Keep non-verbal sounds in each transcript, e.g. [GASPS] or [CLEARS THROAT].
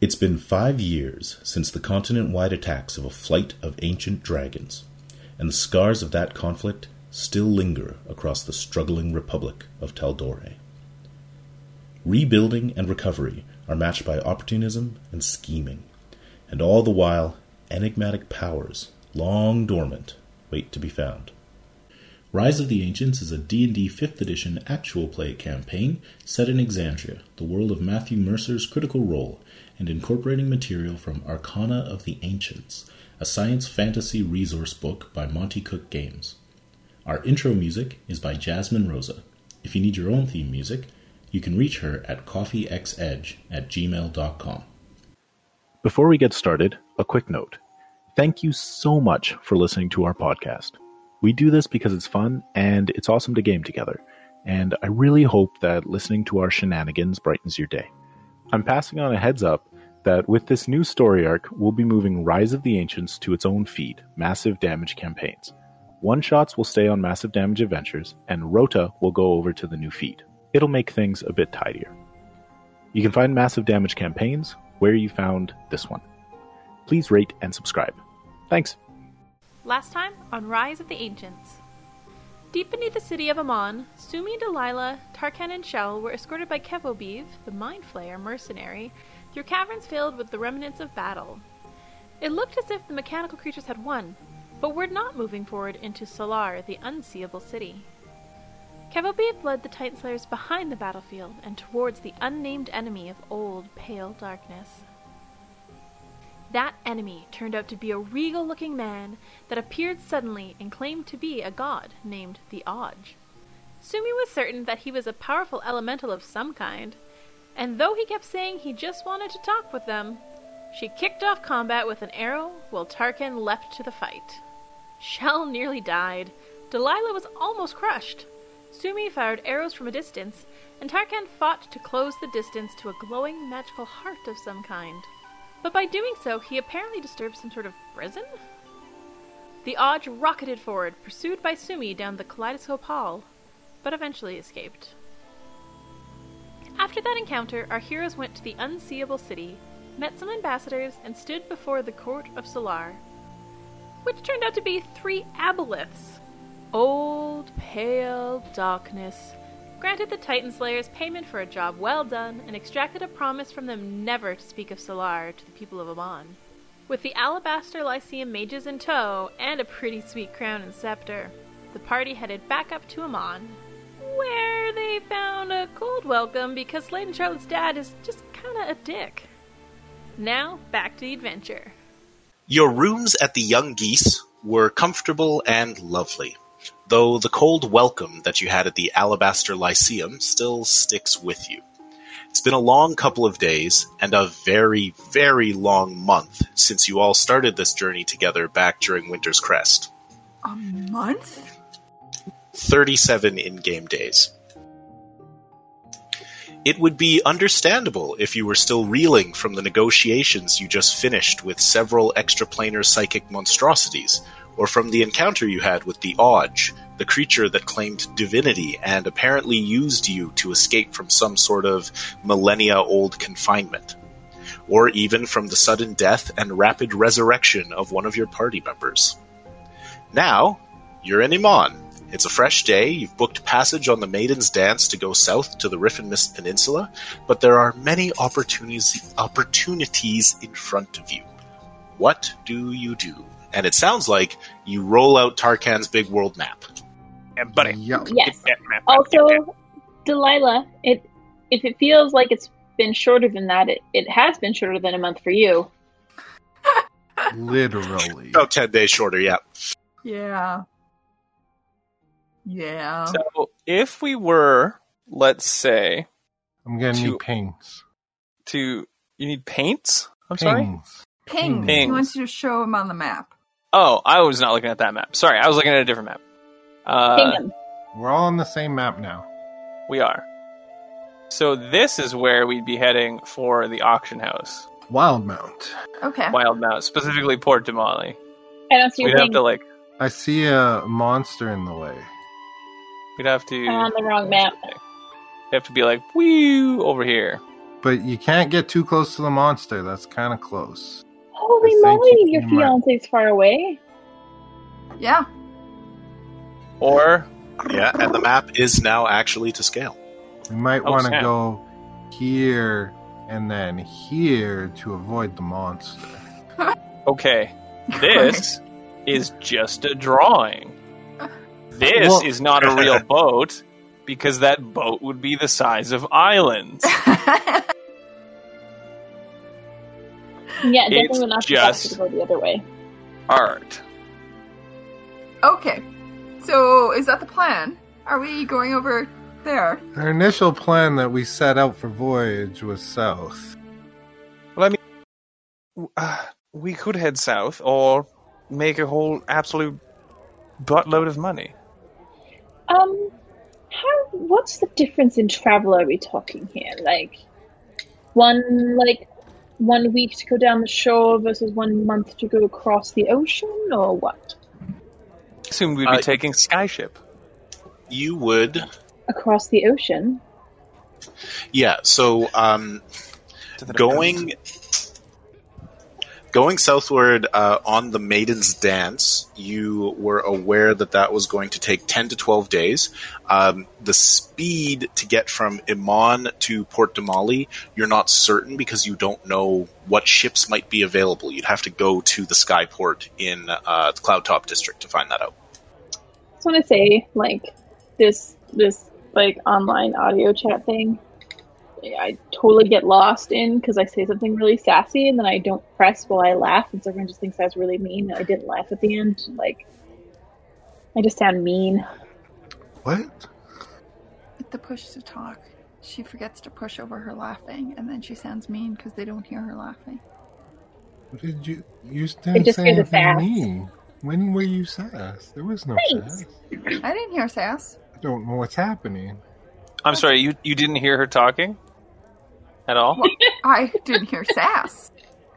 It's been five years since the continent wide attacks of a flight of ancient dragons, and the scars of that conflict still linger across the struggling Republic of Tal'Dorei. Rebuilding and recovery are matched by opportunism and scheming, and all the while, enigmatic powers, long dormant, wait to be found. Rise of the Ancients is a D&D 5th edition actual play campaign set in Exandria, the world of Matthew Mercer's Critical Role, and incorporating material from Arcana of the Ancients, a science fantasy resource book by Monty Cook Games. Our intro music is by Jasmine Rosa. If you need your own theme music, you can reach her at coffeexedge at gmail.com. Before we get started, a quick note. Thank you so much for listening to our podcast. We do this because it's fun and it's awesome to game together. And I really hope that listening to our shenanigans brightens your day. I'm passing on a heads up that with this new story arc, we'll be moving Rise of the Ancients to its own feed, Massive Damage Campaigns. One shots will stay on Massive Damage Adventures, and Rota will go over to the new feed. It'll make things a bit tidier. You can find Massive Damage Campaigns where you found this one. Please rate and subscribe. Thanks. Last time on Rise of the Ancients. Deep beneath the city of Amon, Sumi, Delilah, Tarkan, and Shell were escorted by Kevobeev, the Mind Flayer mercenary, through caverns filled with the remnants of battle. It looked as if the mechanical creatures had won, but were not moving forward into Solar, the unseeable city. Kevobeev led the Titan Slayers behind the battlefield and towards the unnamed enemy of old, pale darkness. That enemy turned out to be a regal looking man that appeared suddenly and claimed to be a god named the Odge. Sumi was certain that he was a powerful elemental of some kind, and though he kept saying he just wanted to talk with them, she kicked off combat with an arrow while Tarkin leapt to the fight. Shell nearly died. Delilah was almost crushed. Sumi fired arrows from a distance, and Tarkan fought to close the distance to a glowing magical heart of some kind but by doing so, he apparently disturbed some sort of prison? The Odge rocketed forward, pursued by Sumi down the kaleidoscope hall, but eventually escaped. After that encounter, our heroes went to the unseeable city, met some ambassadors, and stood before the court of Solar, which turned out to be three aboliths. Old, pale darkness granted the Titan Slayers payment for a job well done and extracted a promise from them never to speak of Solar to the people of Amon. With the Alabaster Lyceum mages in tow and a pretty sweet crown and scepter, the party headed back up to Amon, where they found a cold welcome because Slade Charlotte's dad is just kinda a dick. Now, back to the adventure. Your rooms at the Young Geese were comfortable and lovely, though the cold welcome that you had at the Alabaster Lyceum still sticks with you. It's been a long couple of days and a very, very long month since you all started this journey together back during Winter's Crest. A month? 37 in game days. It would be understandable if you were still reeling from the negotiations you just finished with several extraplanar psychic monstrosities, or from the encounter you had with the Odge, the creature that claimed divinity and apparently used you to escape from some sort of millennia old confinement, or even from the sudden death and rapid resurrection of one of your party members. Now, you're in Iman. It's a fresh day, you've booked passage on the Maiden's Dance to go south to the Riff and Mist Peninsula, but there are many opportunities, opportunities in front of you. What do you do? and it sounds like you roll out Tarkan's big world map. Yeah, buddy. Yeah. Yes. Also, Delilah, it if it feels like it's been shorter than that, it, it has been shorter than a month for you. [LAUGHS] Literally. About 10 days shorter, yeah. Yeah. Yeah. So if we were, let's say, I'm gonna Two- need pings. to you need paints. I'm sorry. Pings. Pings. Pings. He wants you to show him on the map. Oh, I was not looking at that map. Sorry, I was looking at a different map. Uh, Kingdom. We're all on the same map now. we are. So this is where we'd be heading for the auction house, Wildmount. Okay. Wild Mouse, specifically Port Damali. I don't see your We'd have thing. to like, I see a monster in the way. we'd have to um, I'm on the wrong map. We'd have to be like, woo over here. But you can't get too close to the monster. That's kind of close. Holy I think moly, you your came right. fiance's far away. Yeah. [LAUGHS] Or Yeah, and the map is now actually to scale. We might Oh, want to snap. go here and then here to avoid the monster. [LAUGHS] okay, this is just a drawing. This Well- is not a [LAUGHS] real boat because that boat would be the size of [LAUGHS] islands. Yeah, It's it definitely would not be possible just- to go the other way. Art. okay. So is that the plan? Are we going over there? Our initial plan that we set out for voyage was south. Uh, we could head south or make a whole absolute buttload of money. Um, how? What's the difference in travel? Are we talking here? Like one, like one week to go down the shore versus one month to go across the ocean, or what? Assume we'd be Uh, taking skyship. You would, Across the ocean. yeah. So um, to the going going southward uh, on the Maiden's Dance, you were aware that that was going to take ten to twelve days. Um, the speed to get from Iman to Port de Mali, you're not certain because you don't know what ships might be available. You'd have to go to the Skyport in uh, the Cloud Top District to find that out. I just want to say, like this, this like online audio chat thing. eh, I totally get lost in because I say something really sassy and then I don't press while I laugh, and so everyone just thinks I was really mean that I didn't laugh at the end. Like, I just sound mean. What? The push to talk. She forgets to push over her laughing, and then she sounds mean because they don't hear her [CLEARS THROAT] laughing. What Did you you didn't just say hear the anything sass. mean? When were you sass? There was no Thanks. sass. I didn't hear sass. I don't know what's happening. I'm sorry, you, you didn't hear her talking? At all? Well, I didn't hear sass.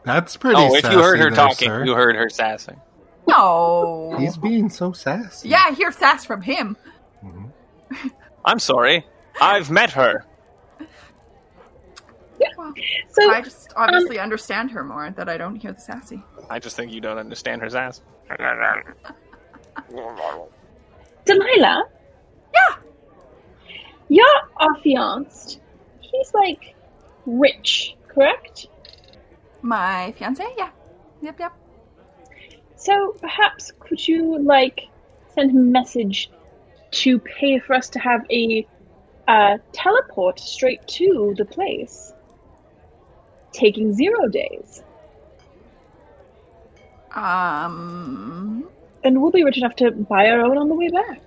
That's pretty. oh, if you heard her sassy there, talking, sir. you heard her sassing. No. he's being so sassy. Yeah, I hear sass from him. Mhm. I'm sorry. I've met her. Well, So I just obviously understand her more that I don't hear the sassy. I just think you don't understand her sass. Delilah? Yeah. You're affianced. He's like rich, correct? My fiance, yeah. Yep, yep. So perhaps could you like send him a message to pay for us to have a uh, teleport straight to the place? Taking zero days. Um, And we'll be rich enough to buy our own on the way back.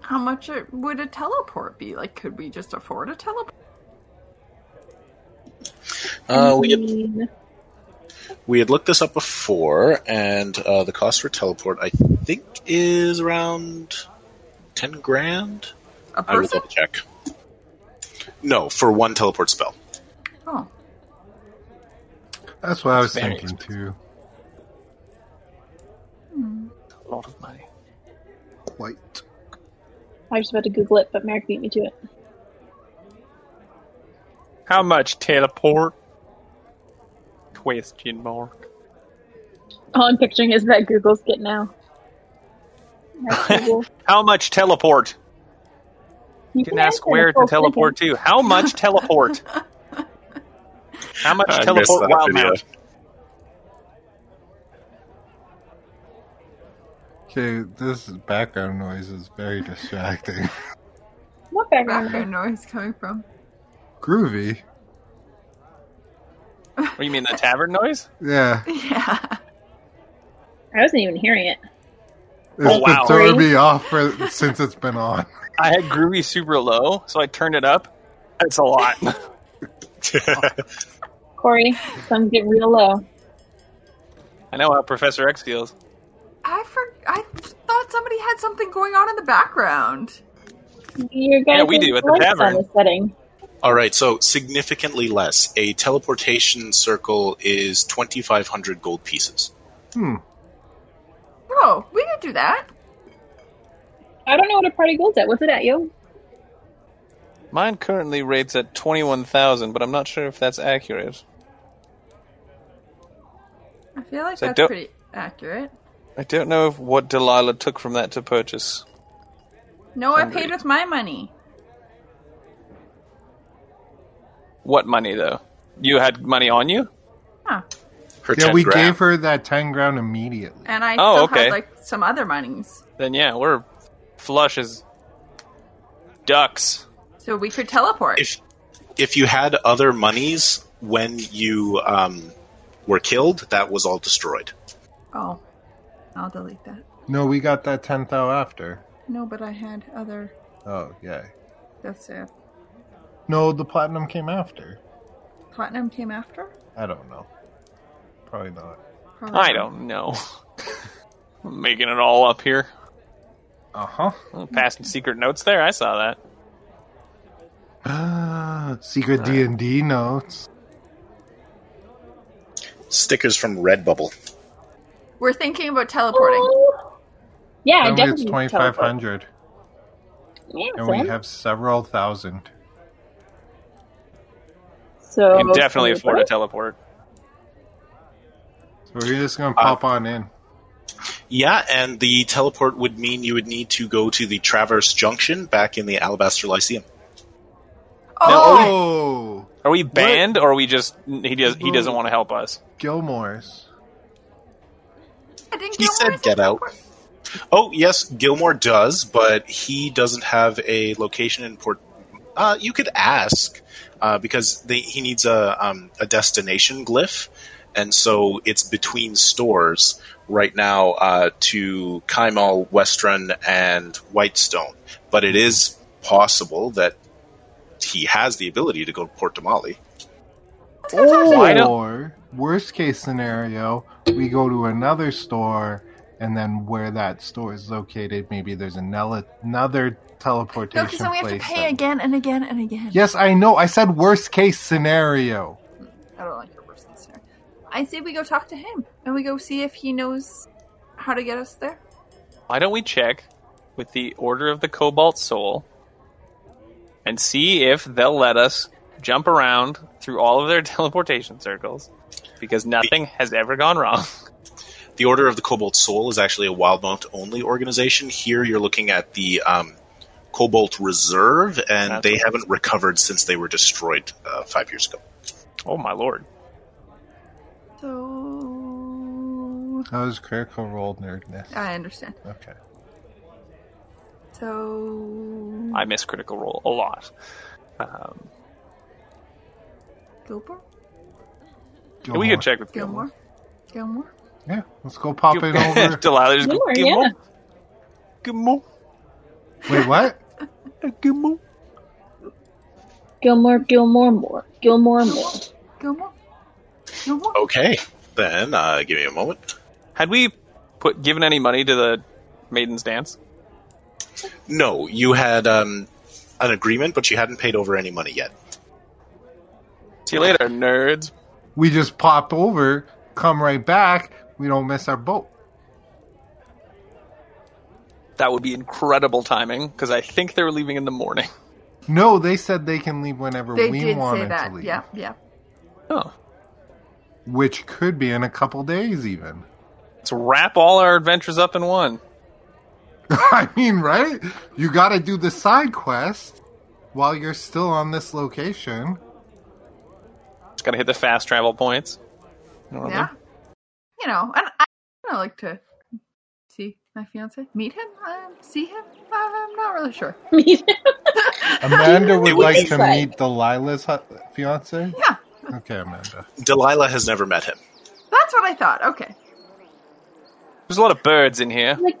how much it- would a teleport be? Like, could we just afford a teleport? Uh, Oh, I we had mean, We had looked this up before, and uh, the cost for teleport, I think, is around ten grand. A I will person? double check. No, for one teleport spell. Oh, That's what I was Very thinking too. A lot of money. Quite. I was about to Google it, but Merrick beat me to it. How much teleport? Question mark. All I'm picturing is that Google's get now. [LAUGHS] That's Google. How much teleport? You You can ask where to teleport to. How much teleport? How much I missed teleport that wild video. mount? Okay, this background noise is very distracting. [LAUGHS] What background? background noise coming from. Groovy. What, you mean the tavern noise? Yeah, Yeah. I wasn't even hearing it. it's Oh, wow. been throwing me off for, since it's been [LAUGHS] on. I had groovy super low, so I turned it up. That's a lot. [LAUGHS] Corey, thumbs get real low. I know how Professor X feels. I for- I thought somebody had something going on in the background. You guys we have do at the lights tavern. On this setting. [LAUGHS] All right, so significantly less. A teleportation circle is twenty five hundred gold pieces. Hmm. Oh, we could do that. I don't know what a party goal's at. What's it at, yo? Mine currently rates at 21,000, but I'm not sure if that's accurate. I feel like So that's don't- pretty accurate. I don't know if what Delilah took from that to purchase. No, I Hungry. paid with my money. What money, though? You had money on you? Huh. Her Yeah, 10 we grand. gave her that 10 ground immediately. And I Oh, still okay. had like some other monies. Then yeah, we're flush as ducks. So we could teleport. if if you had other monies when you um, were killed, that was all destroyed. oh. I'll delete that. No, we got that 10 thou after. No, but I had other Oh, yeah. that's it. No, the platinum came after. Platinum came after? I don't know. Probably not. Probably. I don't know. [LAUGHS] Making it all up here. Uh [GASPS] huh. Passing secret notes there. I saw that. Ah, Secret D and D notes. Stickers from Redbubble. We're thinking about teleporting. Oh. Yeah, I Um, Tell me it's definitely twenty five teleport. hundred, Yeah, and we Sam. have several thousand. so You can definitely afford a teleport. teleport. So we're just gonna Uh, pop on in. Yeah, and the teleport would mean you would need to go to the Traverse Junction back in the Alabaster Lyceum. Oh, Oh, Are we banned, or are we just he does he doesn't want to help us? Gilmore's. I didn't He get said one. get out. Oh, yes, Gilmore does, but he doesn't have a location in Port. Uh, you could ask uh, because they, he needs a um, a destination glyph, and so it's between stores right now uh, to Kaimal, Westron, and Whitestone. But it is possible that he has the ability to go to Port Damali. Why don't- Or worst case scenario, we go to another store, and then where that store is located, maybe there's another another No, teleportation because then we have to place. pay then. again and again and again. Yes, I know. I said worst case scenario. I don't like your worst listener. I say we go talk to him and we go see if he knows how to get us there. Why don't we check with the Order of the Cobalt Soul and see if they'll let us jump around through all of their [LAUGHS] teleportation circles? Because nothing has ever gone wrong. [LAUGHS] The Order of the Cobalt Soul is actually a Wildmount only organization. Here you're looking at the um, Cobalt Reserve, and That's they right. haven't recovered since they were destroyed uh, five years ago. Oh my lord. So That was critical role nerdness. I understand. Okay. So I miss Critical Role a lot. Um, Gilmore, we Gilmore. could check with Gilmore. Gilmore, Gilmore. Yeah, let's go pop [LAUGHS] it over. Delilah just Gilmore, Gilmore. yeah. Gilmore. Wait, what? uh, Gilmore. Gilmore, Gilmore, more, Gilmore, more. Gilmore, Gilmore. Okay, then uh, give me a moment. Had we put given any money to the Maiden's Dance? No, you had um, an agreement, but you hadn't paid over any money yet. See you later, nerds. We just pop over, come right back. We don't miss our boat. That would be incredible timing because I think they were leaving in the morning. No, they said they can leave whenever They we did wanted say to that. leave, Yeah, yeah. Oh, which could be in a couple days even. [LAUGHS] let's wrap all our adventures up in one. I mean, right? You got to do the side quest while you're still on this location. Just gotta hit the fast travel points. You know what I Yeah. mean? You know, and I, I like to see my fiance, meet him, um, see him. I'm not really sure. Amanda would It would like be to fun. meet Delilah's hu- fiance. Yeah, Okay, Amanda. Delilah has never met him. that's what I thought. Okay. There's a lot of birds in here. Like-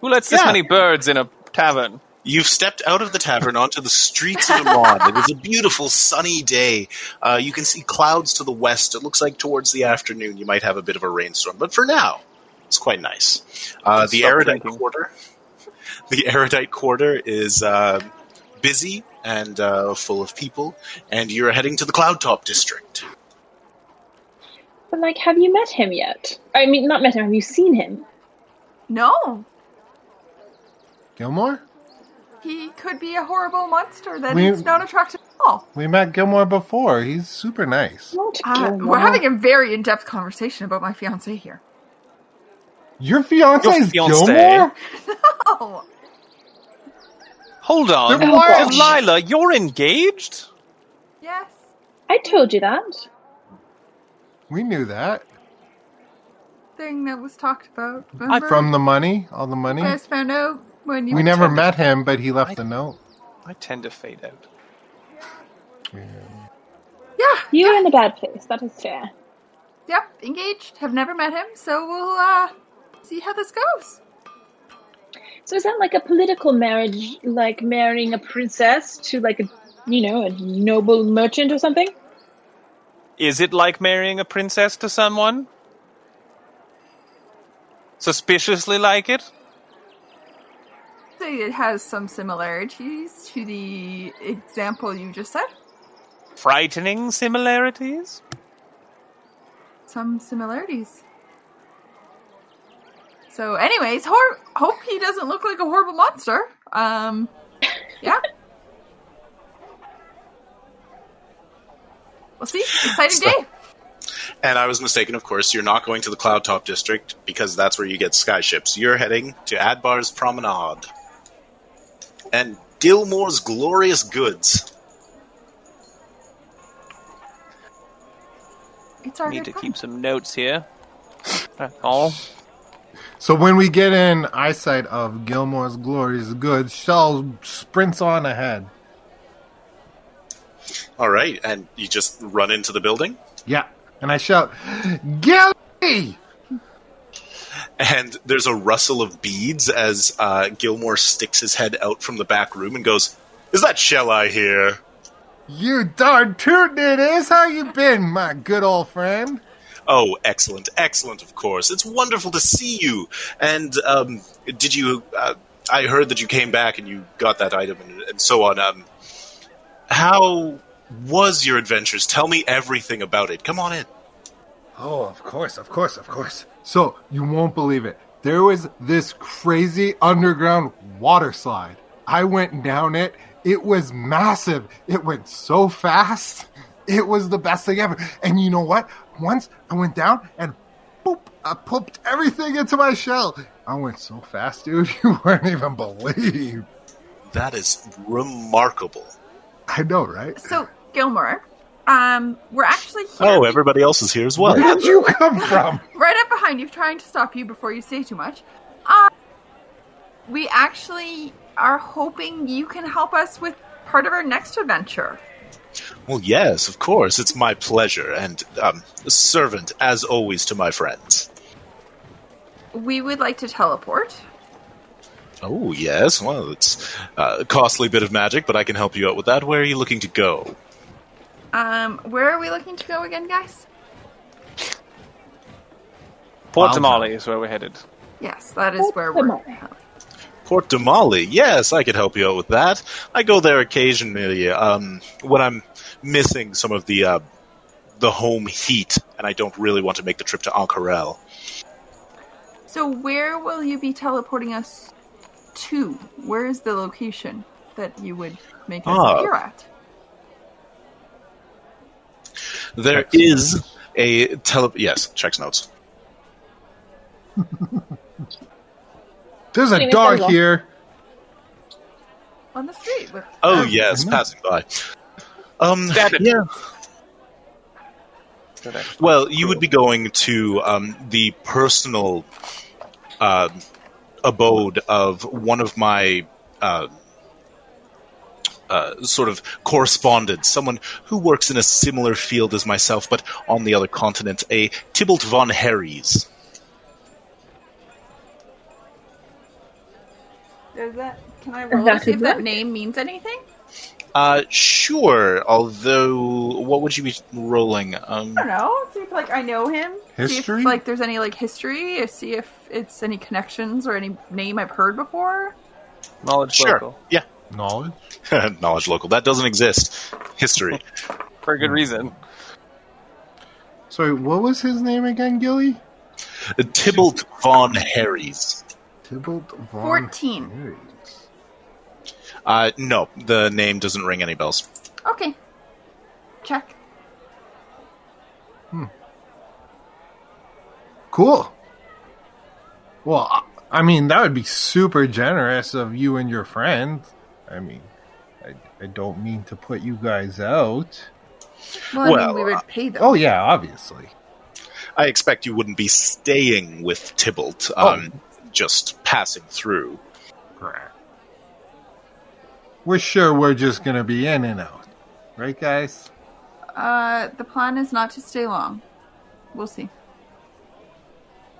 Who lets this Yeah. many birds in a tavern? You've stepped out of the tavern onto the streets of Amman. it is a beautiful sunny day. Uh, you can see clouds to the west. It looks like towards the afternoon you might have a bit of a rainstorm, but for now, it's quite nice. Uh, the Stop erudite drinking. quarter, [LAUGHS] the erudite quarter is uh, busy and uh, full of people, and you're heading to the cloud top district. But like, have you met him yet? I mean, not met him. Have you seen him? No, Gilmore? He could be a horrible monster that We- is not attractive at all. We met Gilmore before. He's super nice. Not Oh, Uh, Gilmore. we're having a very in-depth conversation about my fiance here. [LAUGHS] Your fiance Your is fiancé. Gilmore? Oh, Hold on. Then why- Delilah, you're engaged? yes. I told you that. We knew that. Thing that was talked about. Remember? From the money, all the money. You guys found out when you We never tend to- met him, but he left I- the note. I tend to fade out. Yeah. You were in a bad place. That is fair. Yep. Engaged. Have never met him, so we'll uh see how this goes. So is that like a political marriage, like marrying a princess to like a, you know, a noble merchant or something? Is it like marrying a princess to someone? Suspiciously like it? So it has some similarities to the example you just said. Frightening similarities? Some similarities. So, anyways, hor- hope he doesn't look like a horrible monster. Um, yeah. [LAUGHS] we'll see. Exciting day. And I was mistaken, of course. You're not going to the Cloud Top District because that's where you get skyships. You're heading to Adbar's Promenade and Gilmore's Glorious Goods. It's our Need good to friend. keep some notes here. That's all. So when we get in eyesight of Gilmore's glories goods, Shell sprints on ahead. All right, and you just run into the building, Yeah. And I shout, Gilly! and there's a rustle of beads as uh, Gilmore sticks his head out from the back room and goes, "Is that shell I hear?" You darn tootin' it is! How you been, my good old friend? Oh, excellent, excellent, of course. It's wonderful to see you. And um, did you. Uh, I heard that you came back and you got that item and, and so on. Um, how was your adventures? Tell me everything about it. Come on in. Oh, of course, of course, of course. So, you won't believe it. There was this crazy underground water slide. I went down it. It was massive. It went so fast. It was the best thing ever. And you know what? Once I went down and boop, I pooped everything into my shell. I went so fast, dude. [LAUGHS] You would not even believe. That is remarkable. I know, right? So, Gilmore, um, we're actually here, Oh, everybody else is here as Where well. did you come from? right up behind you, trying to stop you before you say too much. Um, we actually are hoping you can help us with part of our next adventure. Well, yes, of course. It's my pleasure and um, servant, as always, to my friends. We would like to teleport. Oh, yes. Well, it's uh, a costly bit of magic, but I can help you out with that. Where are you looking to go? Um, where are we looking to go again, guys? Port Wow. Tamale is where we're headed. Yes, that is Port where we're. Tamale. Port Damali. Yes, I could help you out with that. I go there occasionally um, when I'm missing some of the uh, the home heat, and I don't really want to make the trip to Ankarel. So, where will you be teleporting us to? Where is the location that you would make us Ah. appear at? There is a tele. Yes, checks notes. There's a Anyway, dog there you go. here. On the street. With, Oh Oh, yes, nice. passing by. Um, Ah, mm-hmm. Stab it. yeah. Good action. Well, you would be going to um, the personal uh, abode of one of my uh, uh, sort of correspondents, someone who works in a similar field as myself, but on the other continent, a Tybalt von Harries. Does that? Can I roll That to see if is that it. name means anything? Uh, sure, although, what would you be rolling? Um, I don't know. See if like I know him. See History? if, like there's any like history. If, see if it's any connections or any name I've heard before. Knowledge sure, local. yeah. [LAUGHS] Knowledge? Knowledge local. That doesn't exist. History. For a good reason. Sorry, what was his name again, Gilly? Tybalt von Harries. Tybalt von Fourteen. Harries. Uh, no, the name doesn't ring any bells. Okay. Check. Cool. Well, I- I mean, that would be super generous of you and your friend. I mean, I, I don't mean to put you guys out. Well, I Well, mean, we would pay them. Oh, yeah, obviously. I expect you wouldn't be staying with Tybalt, Oh. um, just passing through. Correct. We're sure we're just going to be in and out. Right, guys? Uh, the plan is not to stay long. We'll see.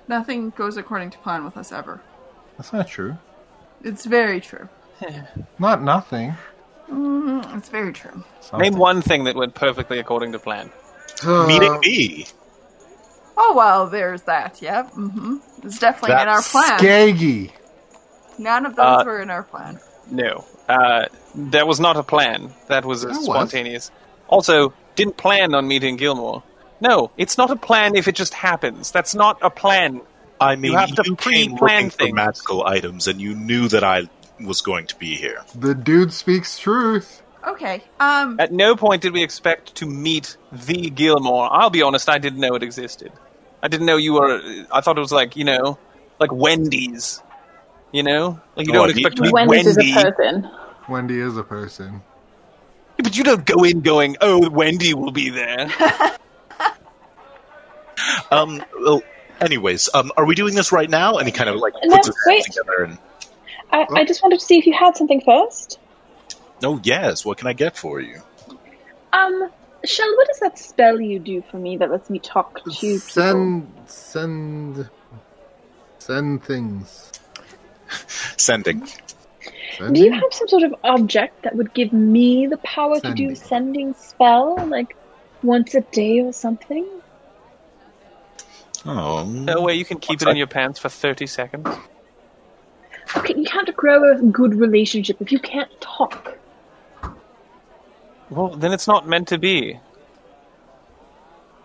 Nothing goes according to plan with us ever. That's not true. It's very true. Not nothing. Mm, it's very true. Name one thing that went perfectly according to plan. Uh, Meeting me. Oh well, there's that. Yep. Mm-hmm. It's definitely in our That's plan. Uh, Skaggy. None of those Uh, were in our plan. No, uh, that was not a plan. That was a That was. spontaneous. Also, didn't plan on meeting Gilmore. No, it's not a plan if it just happens. That's not a plan. I mean, you, have to came pre-plan looking for things. magical items, and you knew that I was going to be here. The dude speaks truth. Okay. Um. At no point did we expect to meet the Gilmore. I'll be honest, I didn't know it existed. I didn't know you were. I thought it was like you know, like Wendy's. You know, like you Oh, don't I meet- expect to meet When Wendy, is a person? Wendy is a person. but you don't go in going, "Oh, Wendy will be [LAUGHS] there." Um, well, anyways, um, are we doing this right now? And he kind of like No, puts his wait. hands together and, I, I just wanted to see if you had something first. oh yes, what can I get for you? Um, Shell, what does that spell you do for me that lets me talk to people? Send, send, send things. Sending. Send Do you me- have some sort of object that would give me the power to Sending. do sending spell, like once a day or something? Oh, No way you can keep it in your pants for thirty seconds. Okay, you can't grow a good relationship if you can't talk. Well, then it's not meant to be.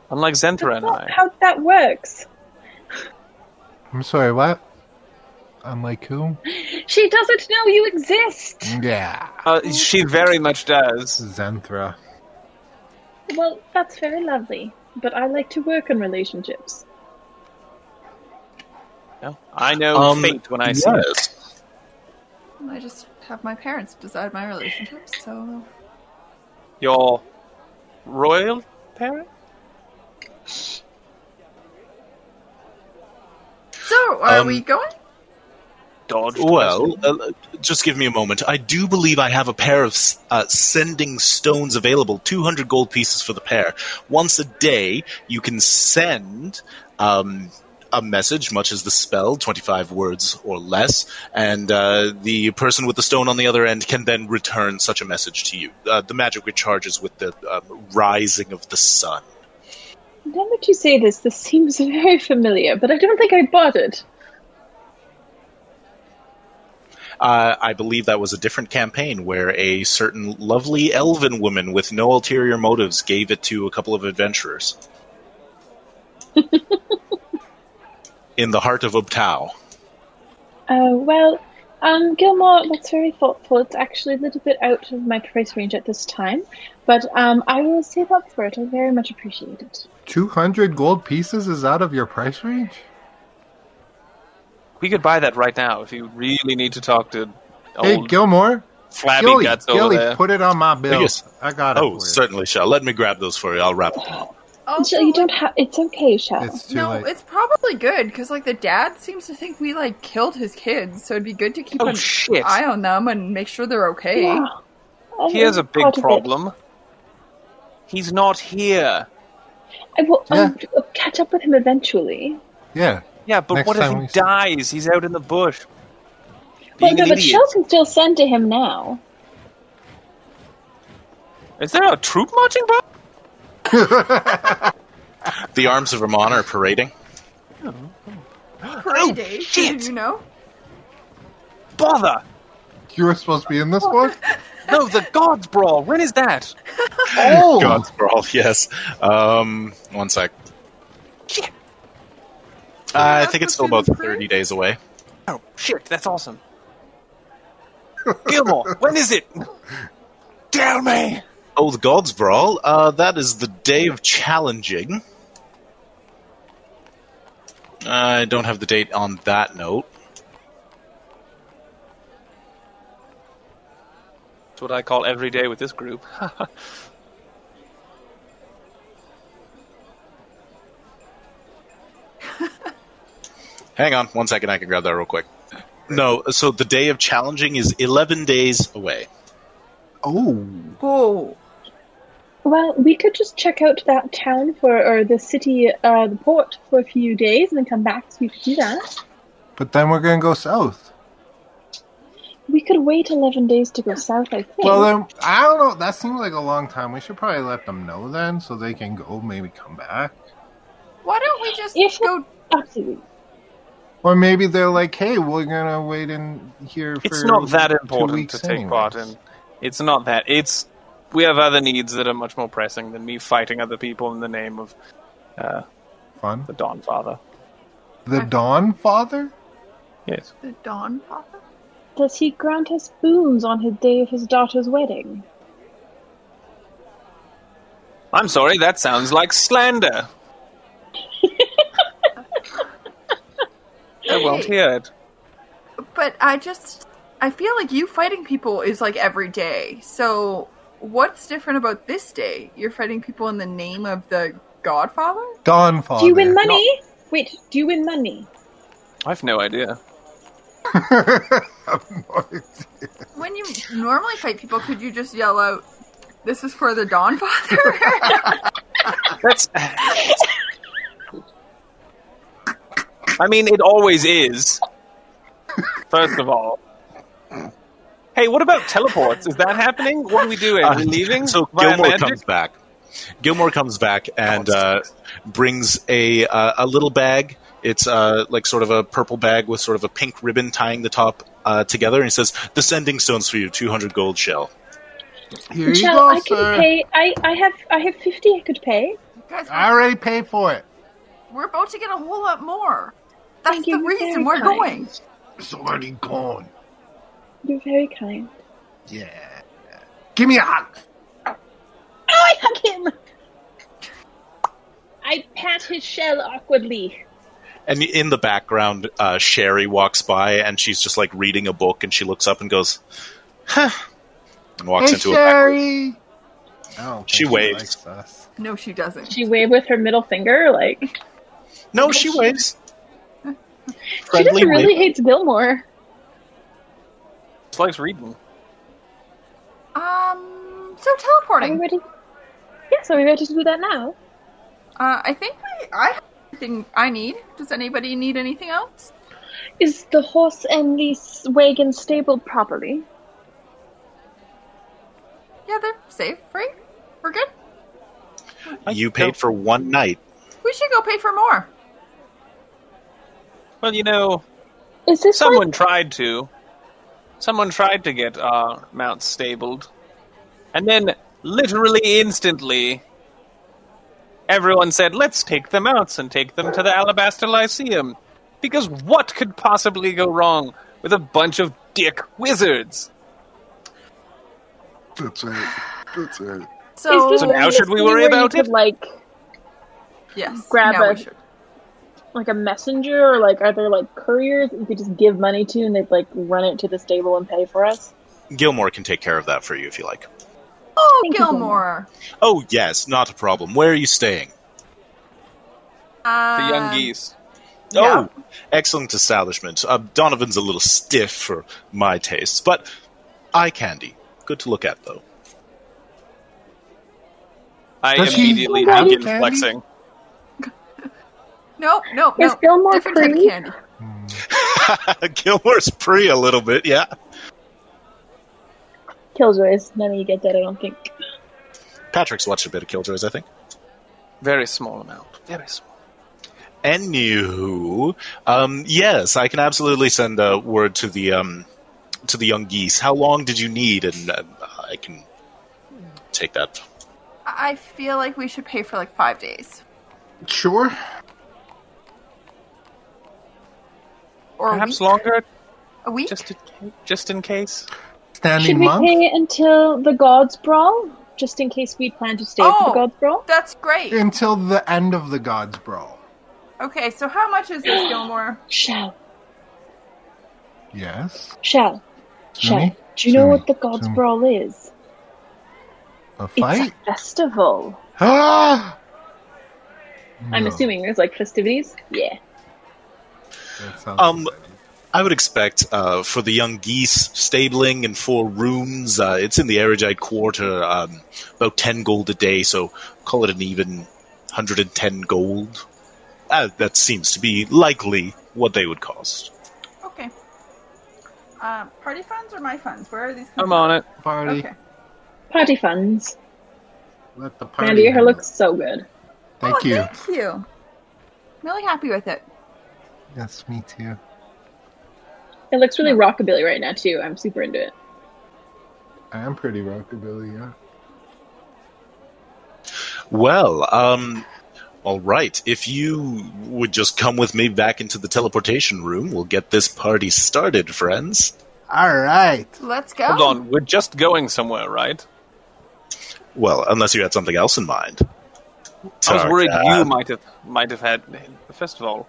Unlike Zenthra and Not I. how that works. I'm sorry, what? Unlike who? She doesn't know you exist. [LAUGHS] Yeah. Uh, she very much does. Xanthra. Well, that's very lovely, but I like to work on relationships. No, I know Um, fate when I see it. yes. I just have my parents decide my relationships, so Your royal parent? So are Um, we going? Dodged Well, question. uh, just give me a moment. I do believe I have a pair of s- uh, sending stones available. Two hundred gold pieces for the pair. Once a day, you can send um, a message, much as the spell, twenty-five words or less, and uh, the person with the stone on the other end can then return such a message to you. Uh, the magic recharges with the um, rising of the sun. Now that you say this, this seems [LAUGHS] very familiar, but I don't think I bought it. Uh, I believe that was a different campaign where a certain lovely elven woman with no ulterior motives gave it to a couple of adventurers. In the heart of Obtau. Oh, well, um, Gilmore, that's very thoughtful. It's actually a little bit out of my price range at this time, but um, I will save up for it. I very much appreciate it. 200 gold pieces is out of your price range? we could buy that right now if you really need to talk to Hey, old Gilmore. flabby Gilly, Oh, guts over Gilly, there. put it on my bill. Yes. I got it. Oh, for you. certainly, Shell. Let me grab those for you. I'll wrap them up. Oh, Shell, you don't have. It's okay, Shell. It's too No, late. it's probably good because like the dad seems to think we like killed his kids, so it'd be good to keep Oh, an shit. eye on them and make sure they're okay. Yeah. I Here's am a big part of it. problem. He's not here. I will um, Yeah. I'll catch up with him eventually. yeah. Yeah, but Next what if time he we see- dies? He's out in the bush. Well, Being no, an but idiot. Shell can still send to him now. Is there a troop marching by? The arms of Ramon are parading. Parade day, shit. you know. Bother! You were supposed to be in Oh. this one? [LAUGHS] No, the God's Brawl. When is that? Oh! God's Brawl, [LAUGHS] yes. Um, one sec. I think it's still about 30 days away. Oh shit, that's awesome. Gilmore, when is it? Tell me. Oh, the Gods Brawl. Uh, that is the day of challenging. I don't have the date on that note. It's what I call every day with this group. [LAUGHS] Hang on one second, I can grab that real quick. No, so the day of challenging is 11 days away. Oh, Oh, Well, we could just check out that town for, or the city, uh, the port for a few days and then come back so we could do that. but then we're gonna go south. We could wait 11 days to go south, I think. Well, then I don't know. That seems like a long time. We should probably let them know then, so they can go, maybe come back, why don't we just If- go? Absolutely. or maybe they're like, "Hey, we're gonna wait in here." It's for not that two important weeks to take anyways." part in. It's not that. It's we have other needs that are much more pressing than me fighting other people in the name of uh, Fun. the Dawn Father. The Dawn Father. Yes. The Dawn Father. Does he grant us boons on his day of his daughter's wedding? I'm sorry. That sounds like slander. I won't hear it. But I just, I feel like you fighting people is like every day. So what's different about this day? You're fighting people in the name of the Godfather. Dawn Father. do you win [LAUGHS] money? Wait, do you win money? I've no idea. When you normally fight people, could you just yell out, "This is for the Dawn [LAUGHS] Father"? [LAUGHS] That's. I mean, it always is. First of all. Hey, what about teleports? Is that happening? What are we doing? Are we Uh, leaving? So via Gilmore magic? comes back. Gilmore comes back and uh, brings a uh, a little bag. It's uh, like sort of a purple bag with sort of a pink ribbon tying the top uh, together, and he says, "The sending stones for you, two hundred gold shell." Here you Shall go, I can sir. pay. I, I have I have fifty. I could pay. Guys, I we're, already paid for it. we're about to get a whole lot more. That's Thank the you, you're reason very we're kind. going. It's already gone. You're very kind. Yeah. Give me a hug. Oh, I hug him. I pat his shell awkwardly. And in the background, uh, Sherry walks by, and she's just like reading a book, and she looks up and goes, "Huh," and walks Hey, into a back room. Sherry. Oh, She waves. likes us. No, she doesn't. She waved with her middle finger, like No, she waves. she just Friendly really wave. hates Gilmore. Just likes reading. Um, so Are we teleporting. ready? Yes, are we ready to do that now? Uh, I think we, I have everything I need. Does anybody need anything else? Is the horse and the s- wagon stabled properly? Yeah, they're safe, right? We're good. You paid for one night. We should go pay for more. Well, you know, Is this someone like- tried to. Someone tried to get our mount stabled. And then, literally instantly, everyone said, let's take the mounts and take them to the Alabaster Lyceum. Because what could possibly go wrong with a bunch of dick wizards? That's right. That's right. So is So now like should the we thing worry where about you could, it? Like, yes, Grab now a- we should. like a messenger, or like are there like couriers that we could just give money to and they'd like run it to the stable and pay for us? Gilmore can take care of that for you if you like. Oh, Thank you, Gilmore. Oh, yes, not a problem. Where are you staying? Uh, The Um, young geese. Yeah. Oh, excellent establishment. Uh, Donovan's a little stiff for my tastes, but eye candy. Good to look at, though. [LAUGHS] I Does he- immediately Oh, begin candy? flexing. Nope, nope, Is nope. Gilmore Different type of free? candy. Gilmore's pre a little bit, yeah. Killjoys. None of you get that, I don't think. Patrick's watched a bit of Killjoys, I think. Very small amount. Very small. Anywho, um, yes, I can absolutely send a word to the um, to the young geese. How long did you need? And uh, I can take that. I I feel like we should pay for like five days Sure. or a Perhaps week. longer, A week. just, to, just in case. standing Should we monk. pay until the gods brawl, just in case we plan to stay for Oh. the gods brawl? That's great. Until the end of the gods brawl. Okay, so how much is this, Gilmore? Shall, Yes. shall, shall. Sumi? Do you know Sumi, what the gods Sumi. brawl is? A It's fight? a festival. Ah! I'm No, assuming there's like festivities. Yeah. that sounds Um, exciting. I would expect uh, for the young geese stabling and four rooms. Uh, it's in the Aragite quarter, um, about ten gold a day. So call it an even hundred and ten gold. Uh, that seems to be likely what they would cost. Okay. Um, party funds or my funds? Where are these? coming I'm on it. Party. Okay. Party funds. Let the party. Randy, your hair handle it. looks so good. Thank oh, you. Thank you. I'm really happy with it. Yes, me too. It looks really rockabilly right now too. I'm super into it. I am pretty rockabilly, yeah. Well, um, all right. If you would just come with me back into the teleportation room, we'll get this party started, friends. All right. Let's go. Hold on, we're just going somewhere, right? Well, unless you had something else in mind. Uh, I was worried Tarkan. you might have might have had a festival.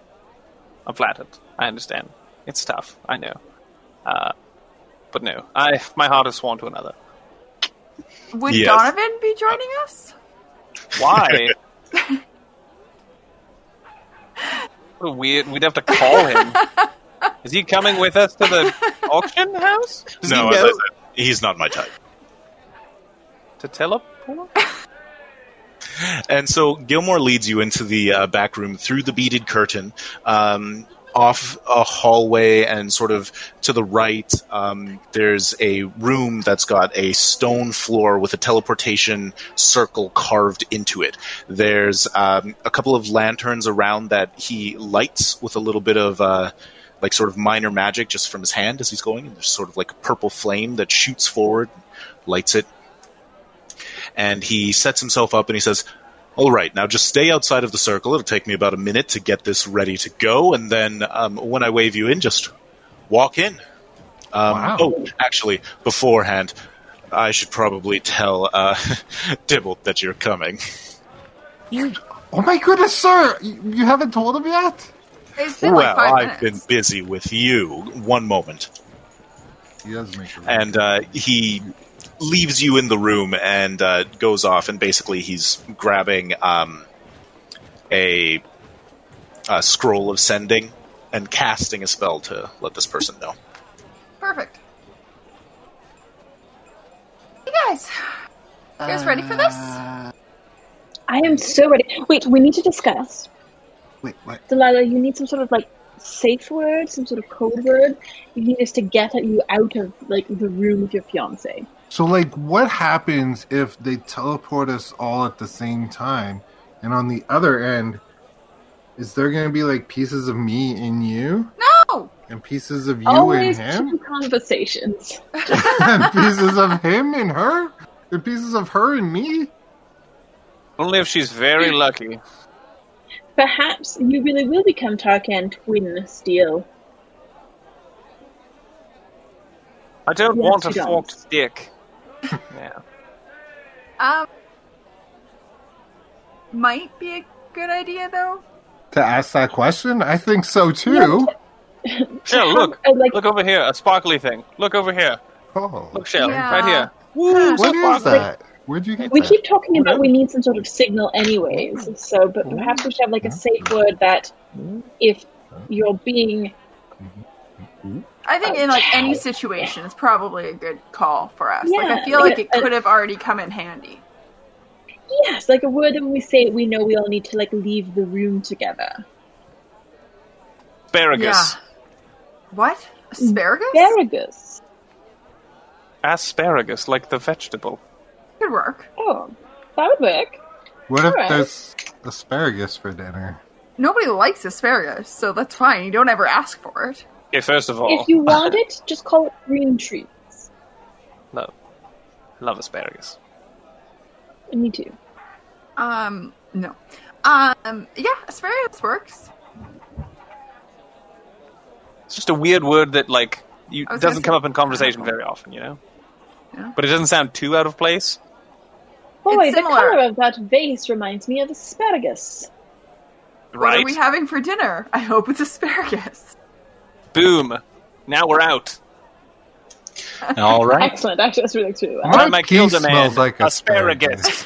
I'm flattered. I understand. It's tough. I know. Uh, but no, I my heart is sworn to another. Would Yes. Donovan be joining us? [LAUGHS] Why? what a weird. We'd have to call him. Is he coming with us to the auction house? Does [LAUGHS] No, he as I know said, he's not my type. to teleport? And so Gilmore leads you into the uh, back room through the beaded curtain, um, off a hallway, and sort of to the right. Um, there's a room that's got a stone floor with a teleportation circle carved into it. There's um, a couple of lanterns around that he lights with a little bit of. Uh, like sort of minor magic just from his hand as he's going, and there's sort of like a purple flame that shoots forward, lights it, and he sets himself up and he says, all right, now just stay outside of the circle. It'll take me about a minute to get this ready to go, and then um, when I wave you in, just walk in. Um, Wow. Oh, actually, beforehand, I should probably tell uh, [LAUGHS] Dibble that you're coming. You, oh my goodness, sir! You, you haven't told him yet? It's been like Well, five I've been minutes. busy with you. One moment. He does make a and uh, he leaves you in the room and uh, goes off and basically he's grabbing um, a, a scroll of sending and casting a spell to let this person know Perfect. Hey guys, you guys ready for this? I am so ready. Wait, we need to discuss. Wait, what? Delilah, you need some sort of like safe word, some sort of code word. You need us to get at you out of like the room with your fiance. So, like, what happens if they teleport us all at the same time? And on the other end, is there going to be like pieces of me in you, No. and pieces of you Always in him, two conversations. and [LAUGHS] pieces of him in her, and pieces of her in me? Only if she's very lucky. Perhaps you really will become Tarkan Twin Steel. I don't Yes, want a you don't. forked [LAUGHS] dick. Yeah. Um, might be a good idea though. To ask that question, I think so too. Yeah, look. I'd Um, oh, like- Look over here. A sparkly thing. Look over here. Oh, Look, Shell. Yeah. Right here. what is that? Where'd you get We that? keep talking about we need some sort of signal, anyways. So, but perhaps we should have like a safe word that if you're being I think in like any situation, it's probably a good call for us. like I Yeah, feel like it yeah, uh, could have already come in handy. yes, like a word that when we say it, we know we all need to like leave the room together. Asparagus. What? Asparagus? Asparagus. Asparagus, like the vegetable. Could work. Oh, that would work. What if Alright. there's asparagus for dinner? Nobody likes asparagus, so that's fine. You don't ever ask for it. Okay, first of all, [LAUGHS] If you want it, just call it green trees. love, love asparagus. Me too. Um, no. Um, yeah, asparagus works. It's just a weird word that like you I was gonna doesn't come say- up in conversation very often. You know, but it doesn't sound too out of place. Boy, It's the similar. color of that vase reminds me [LAUGHS] of asparagus. What Right? are we having for dinner? I hope it's asparagus. Boom. Now we're out. [LAUGHS] All right. Excellent. Actually, that's really true. My Time I pee killed a man. smells like asparagus.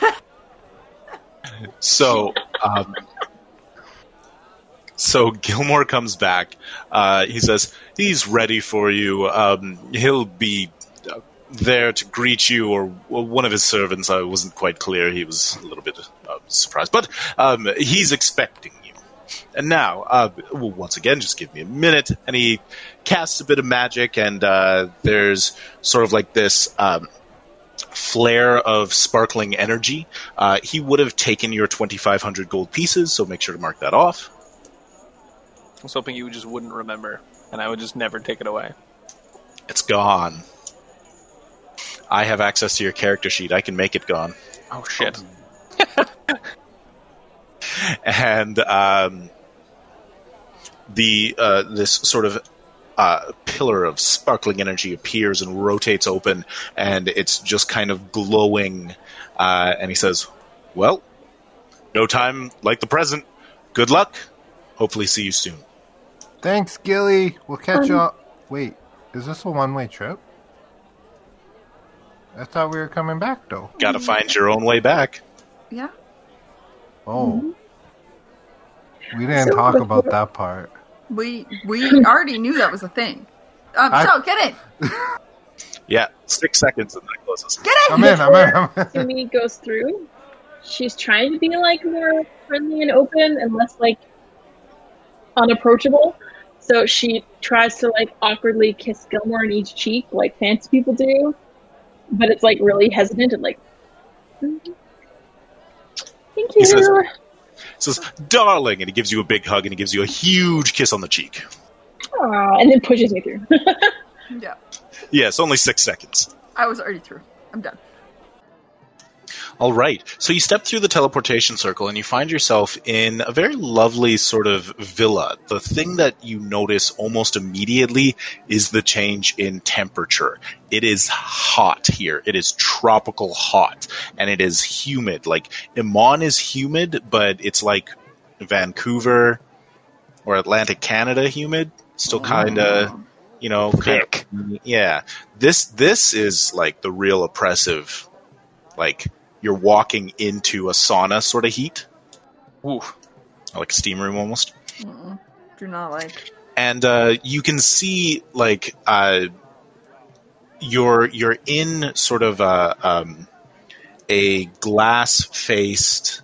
So, um, so Gilmore comes back. Uh, he says he's ready for you. Um, he'll be uh, there to greet you, or well, one of his servants. I wasn't quite clear. He was a little bit uh, surprised, but um, he's expecting you. And now, uh, well, once again, just give me a minute. And he casts a bit of magic, and uh, there's sort of like this. Um, flare of sparkling energy. Uh, he would have taken your 2,500 gold pieces, so make sure to mark that off. I was hoping you just wouldn't remember, and I would just never take it away. It's gone. I have access to your character sheet. I can make it gone. [LAUGHS] Oh shit! And um, the uh, this sort of uh, pillar of sparkling energy appears and rotates open, and it's just kind of glowing. Uh, and he says, "Well, no time like the present. Good luck. Hopefully, see you soon." Thanks, Gilly. We'll catch Um, up. Wait, is this a one way trip? I thought we were coming back, though. Got to find your own way back. Yeah. Oh. We didn't Mm-hmm. So talk the- about that part. We we already knew that was a thing. Um, I- so get in, Yeah, six seconds and that closes. get in. I'm in, I'm in, I'm in. [LAUGHS] Sumi goes through. She's trying to be like more friendly and open and less like unapproachable. So she tries to like awkwardly kiss Gilmore in each cheek, like fancy people do. But it's like really hesitant and like, "Mhm. thank you. He says- says, "Darling," and he gives you a big hug and he gives you a huge kiss on the cheek. Aw, and then pushes me through. [LAUGHS] Yeah, Yes, only six seconds. I was already through. I'm done. All right. So you step through the teleportation circle and you find yourself in a very lovely sort of villa. The thing that you notice almost immediately is the change in temperature. It is hot here. It is tropical hot and it is humid. Like Iman is humid, but it's like Vancouver or Atlantic Canada humid. Still kind of, you know, kind Thick. yeah this this is like the real oppressive like you're walking into a sauna sort of heat Ooh. like a steam room almost Mm-mm. Do not like. and uh, you can see like uh, you're you're in sort of a um, a glass faced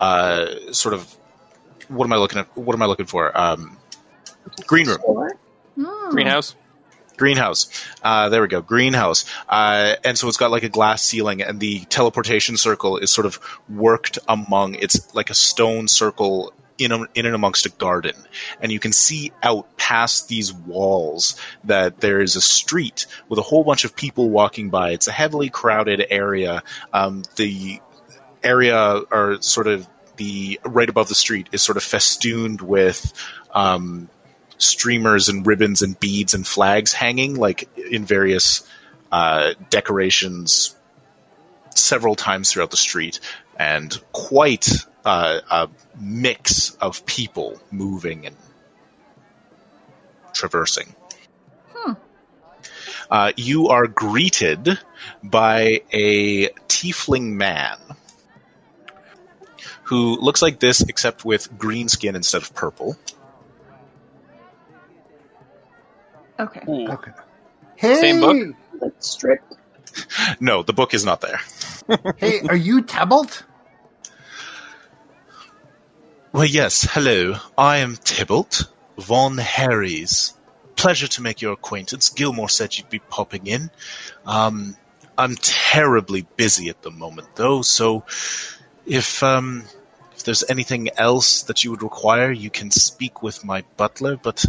uh, sort of what am I looking at? What am I looking for? Um, green room. Or- Mm. Greenhouse. greenhouse uh, there we go greenhouse uh, and so it's got like a glass ceiling and the teleportation circle is sort of worked among it's like a stone circle in, a, in and amongst a garden and you can see out past these walls that there is a street with a whole bunch of people walking by it's a heavily crowded area um, the area or sort of the right above the street is sort of festooned with um, streamers and ribbons and beads and flags hanging like in various uh, decorations several times throughout the street and quite uh, a mix of people moving and traversing uh, you are greeted by a tiefling man who looks like this except with green skin instead of purple Okay. Ooh. Okay. Hey, Same book? like strip. no the book is not there [LAUGHS] hey, are you Tebalt? Well, yes, hello. I am Tybalt Von Harries. Pleasure to make your acquaintance. Gilmore said you'd be popping in. Um, I'm terribly busy at the moment, though, so if, um, if there's anything else that you would require, you can speak with my butler, but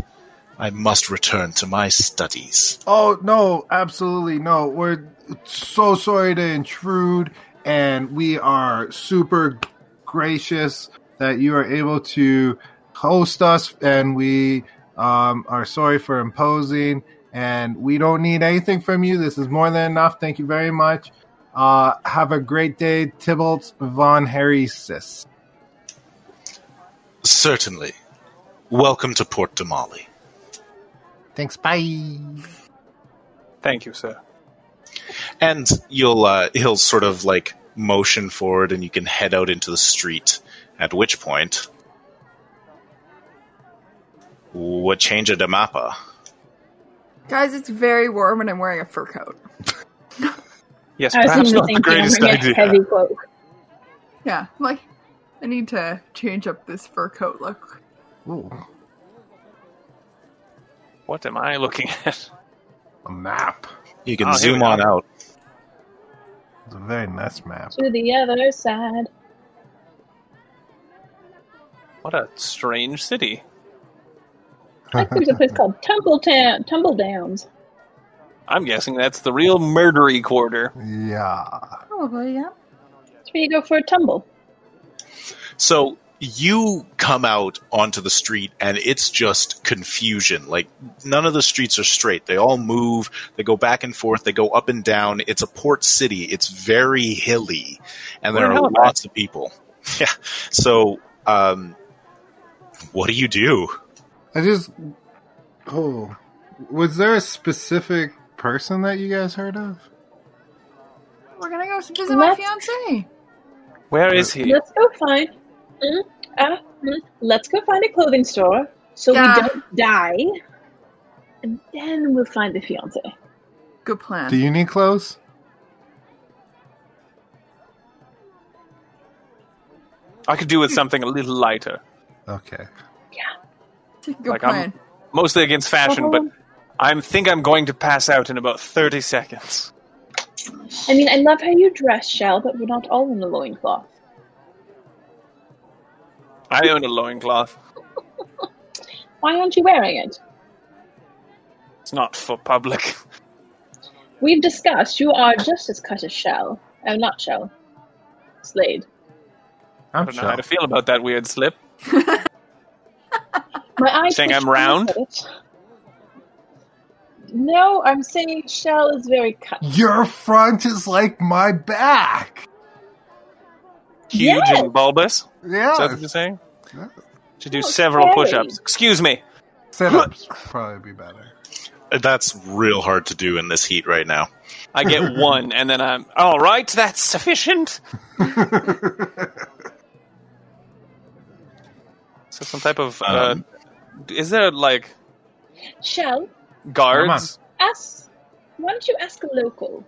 I must return to my studies. Oh no, absolutely no. We're so sorry to intrude, and we are super gracious that you are able to host us, and we um, are sorry for imposing. And we don't need anything from you. This is more than enough. Thank you very much. Uh, have a great day, Tybalt von Harrysis. Certainly. Welcome to Port Damali. Thanks. Bye. Thank you, sir. and you'll uh, he'll sort of like motion forward and you can head out into the street at which point what change of the mappa Guys, it's very warm and I'm wearing a fur coat. Yes, I was perhaps even not the thinking greatest bring a idea. [LAUGHS] heavy cloak. Yeah, I'm like, I need to change up this fur coat look. Ooh, What am I looking [LAUGHS] at? a map. you can Ah, here zoom we on out It's a very nice map. To the other side. What a strange city. Like there's a place called Tumbletown, Tumbledowns. I'm guessing that's the real murdery quarter. Yeah. Probably, yeah. That's where you go for a tumble. So you come out onto the street and it's just confusion. Like none of the streets are straight. They all move, they go back and forth, they go up and down. It's a port city. It's very hilly and there We're in are Halifax. lots of people. [LAUGHS] Yeah. So um what do you do? I just. Oh. Was there a specific person that you guys heard of? We're gonna go visit my Let's- fiance. Where is he? Let's go find. Mm, uh, mm, let's go find a clothing store so Yeah. we don't die, and then we'll find the fiance. Good plan. Do you need clothes? I could do with something a little lighter. Okay. Good like, I'm- plan. Mostly against fashion, but I think I'm going to pass out in about 30 seconds. I mean, I love how you dress, Shell, but we're not all in a loincloth. I own a loincloth. Why aren't you wearing it? It's not for public. [LAUGHS] We've discussed you are just as cut as Shell. Oh, not Shell. Slade. I I'm don't know how sure. to feel about that weird slip. My eyes Saying twitched I'm round? back at it. No, I'm saying Shell is very cut. Your front is like my back. Huge Yes. and bulbous. Is that Yeah. what you're saying? Yeah. To do Oh, several scary. push ups. Excuse me. Sit ups probably be better. That's real hard to do in this heat right now. I get one, and then I'm. All right, that's sufficient. so, some type of. Uh, Um. is there, like, Shell, guards? ask. Why don't you ask a local?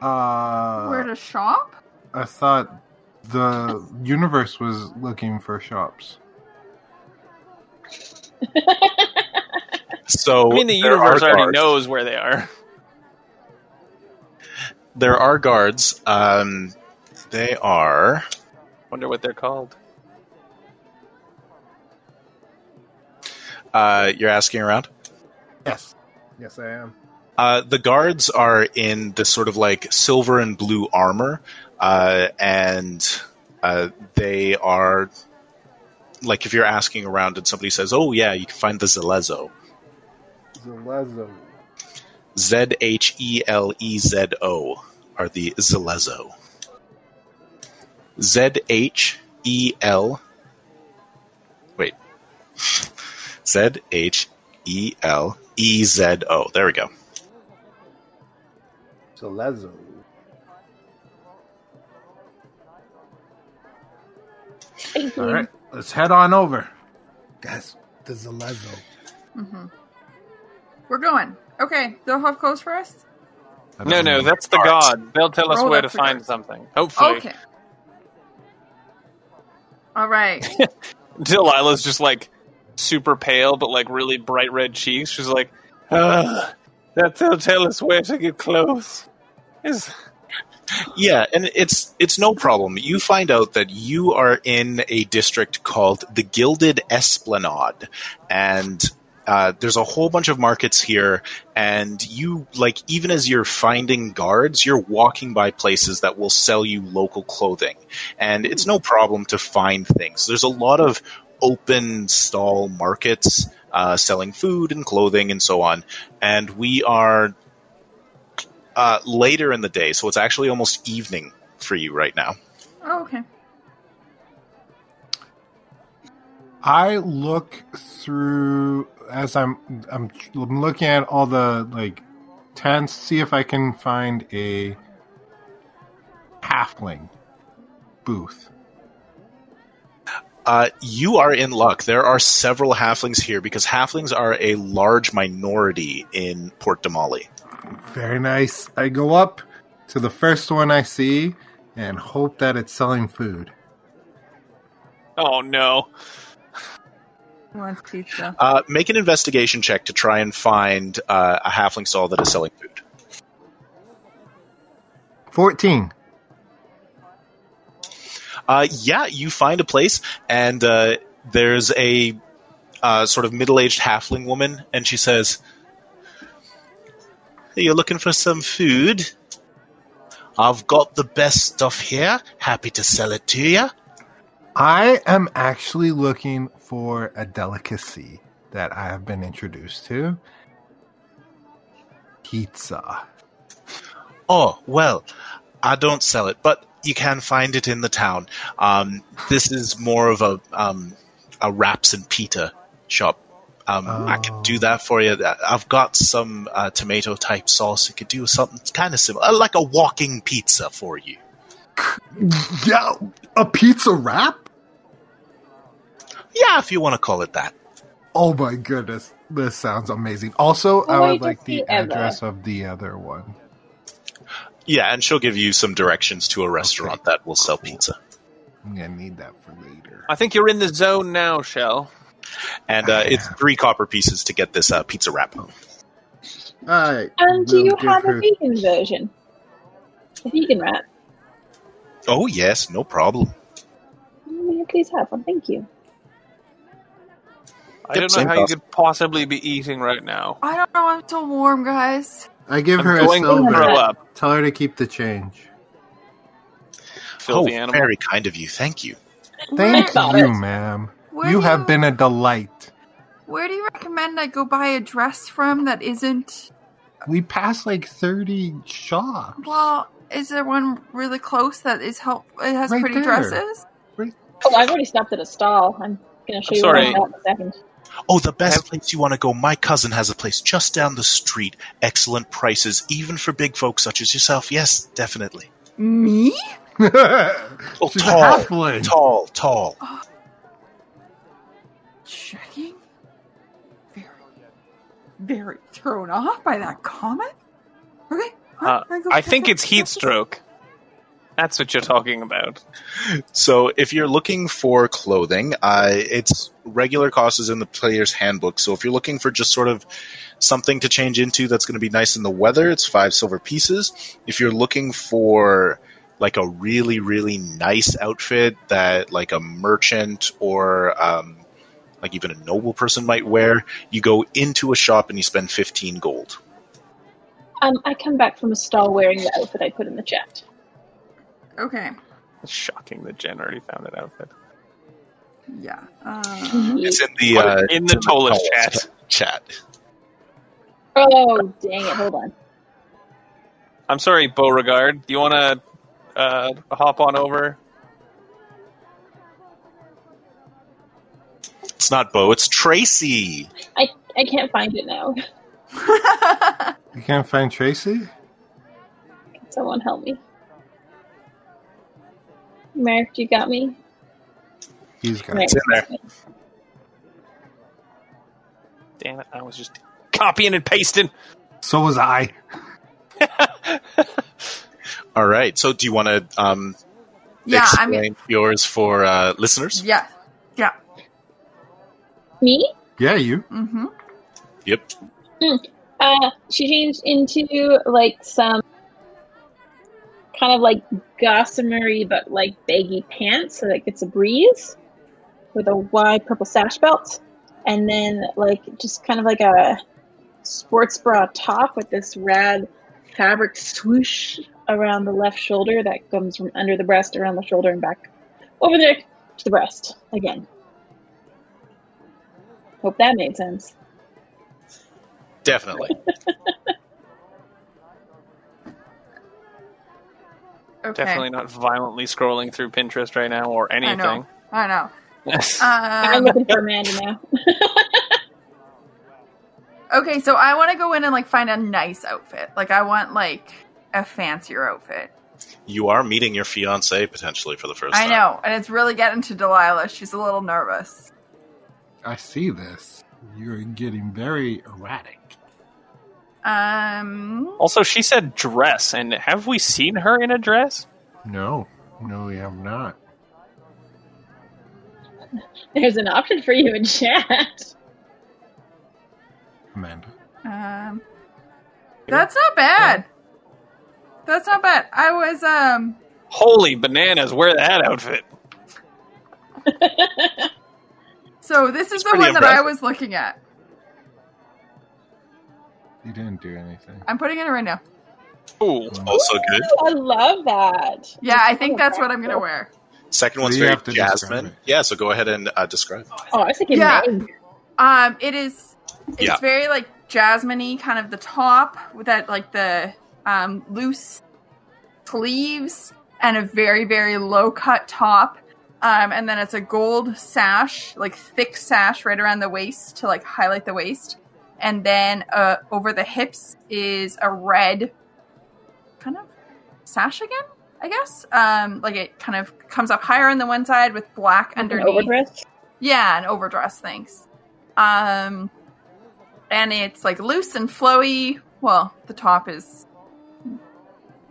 Where Uh, to shop? I thought the universe was looking for shops. So I mean, the there are universe already guards. knows where they are. [LAUGHS] There are guards. Um they are Wonder what they're called. uh you're asking around? Yes. Yes, I am. Uh, the guards are in this sort of like silver and blue armor, uh, and uh, they are like if you're asking around and somebody says, "Oh yeah, you can find the Zelezo," Zelezo. Z H E L E Z O are the Zelezo. Z H E L. Wait. [LAUGHS] Z H E L E Z O. There we go. Zelezo. All right, let's head on over. Guys, the Zelezo. Mm-hmm. We're going. Okay, they'll have clothes for us. No, no, that's the Guards. god. They'll tell us Roll where that to for find guards. something. Hopefully. Okay. [LAUGHS] All right. [LAUGHS] Delilah's just like super pale, but like really bright red cheeks. She's like, Ugh, that they'll tell us where to get clothes. Is Yeah, and it's it's no problem. You find out that you are in a district called the Gilded Esplanade, and uh, there's a whole bunch of markets here. And you like even as you're finding guards, you're walking by places that will sell you local clothing, and it's no problem to find things. There's a lot of open stall markets uh, selling food and clothing and so on. And we are uh, later in the day, so it's actually almost evening for you right now. Oh, okay. I look through as I'm I'm I'm looking at all the like tents, see if I can find a halfling booth. Uh, you are in luck. There are several halflings here because halflings are a large minority in Port Damali. Very nice. I go up to the first one I see and hope that it's selling food. Oh no. Who wants pizza? Uh, make an investigation check to try and find uh, a halfling stall that is selling food. 14. Uh, yeah, you find a place, and uh, there's a uh, sort of middle aged halfling woman, and she says, "Hey, You're looking for some food? I've got the best stuff here. Happy to sell it to you. I am actually looking for a delicacy that I have been introduced to. Pizza. Oh, well, I don't sell it, but you can find it in the town. Um, this is more of a um, a wraps and pita shop. Um, I can do that for you. I- I've got some uh, tomato type sauce. It could do something kind of similar, like a walking pizza for you. Yeah, a pizza wrap? Yeah, if you want to call it that. Oh my goodness. This sounds amazing. Also, Why I would does like the he ever? address of the other one. Yeah, and she'll give you some directions to a restaurant that will sell pizza. I'm going to need that for later. I think you're in the zone now, Shell. And uh, it's three copper pieces to get this uh, pizza wrap. All right. [LAUGHS] And Um, do you have a vegan version? A vegan wrap. Oh yes, no problem. May I please have one? Thank you. I don't know Same how you cost. could possibly be eating right now. I don't know. I'm so warm, guys. I give I'm her a going to throw silver. up, Tell her to keep the change. filthy oh, animal. very kind of you. Thank you. Thank got you, it. ma'am. Where you do have been a delight. Where do you recommend I go buy a dress from that isn't? We passed like 30 shops. [LAUGHS] Well, is there one really close that is help? It has Right pretty there. dresses. Oh, I've already stopped at a stall. I'm gonna show I'm you sorry. what I'm at in a second. Oh, the best Have- place you want to go. My cousin has a place just down the street. Excellent prices, even for big folks such as yourself. Yes, definitely. Me? She's Oh, a tall, halfling. tall, tall. Checking. Very, very thrown off by that comment. Okay. Uh, I go I check think out it's heat dresses. stroke. That's what you're talking about. So, if you're looking for clothing, uh, its regular cost is in the player's handbook. So, if you're looking for just sort of something to change into that's going to be nice in the weather, it's five silver pieces. If you're looking for like a really, really nice outfit that like a merchant or um, like even a noble person might wear, you go into a shop and you spend 15 gold. Um, I come back from a stall wearing the outfit I put in the chat. Okay. It's shocking that Jen already found an outfit. Yeah. Uh, Mm. It's in the, Put uh, it in the it's Tola's Tola's chat. chat. Oh dang it! Hold on. I'm sorry, Beauregard. Do you want to uh, hop on over? It's not Bo, it's Tracy. I I can't find it now. [LAUGHS] You can't find Tracy? Can someone help me? Merrick, you got me. He's got Merrick, in there. got me. Damn it! I was just copying and pasting. So was I. All right. So, do you want to um, yeah. I explain mean, yours for uh, listeners? yeah. Yeah. Me? Yeah, you. Mm-hmm. Yep. Uh, she changed into like some kind of like gossamery but like baggy pants so that it gets a breeze with a wide purple sash belt and then like just kind of like a sports bra top with this rad fabric swoosh around the left shoulder that comes from under the breast around the shoulder and back over there to the breast again Hope that made sense. Definitely. Okay. Definitely not violently scrolling through Pinterest right now or I know. anything. [LAUGHS] I know. I'm Um, looking for Amanda now. okay, so I want to go in and like find a nice outfit. Like I want like a fancier outfit. you are meeting your fiance potentially for the first I time. know, and it's really getting to Delilah. She's a little nervous. I see this. You're getting very erratic. Um, also, she said dress, and have we seen her in a dress? No, no, we have not. There's an option for you in chat. Amanda. um, that's not bad. That's not bad. I was um. Holy bananas, wear that outfit. So this is It's the pretty one that I impressive. was looking at. You didn't do anything. I'm putting it in right now. Ooh. Also good. Ooh, I love that. Yeah, I think that's what I'm gonna wear. Second one's So you very have to describe Jasmine. it. Yeah, so go ahead and uh, describe. Oh, I was thinking Yeah. May. Um, it is. It's Yeah. very like jasminey, kind of the top with that like the um loose sleeves and a very very low cut top. Um, and then it's a gold sash, like thick sash right around the waist to like highlight the waist. And then uh, over the hips is a red kind of sash again, I guess. Um, like it kind of comes up higher on the one side with black An underneath. overdress. Yeah, an overdress, thanks. Um, and it's like loose and flowy. Well, the top is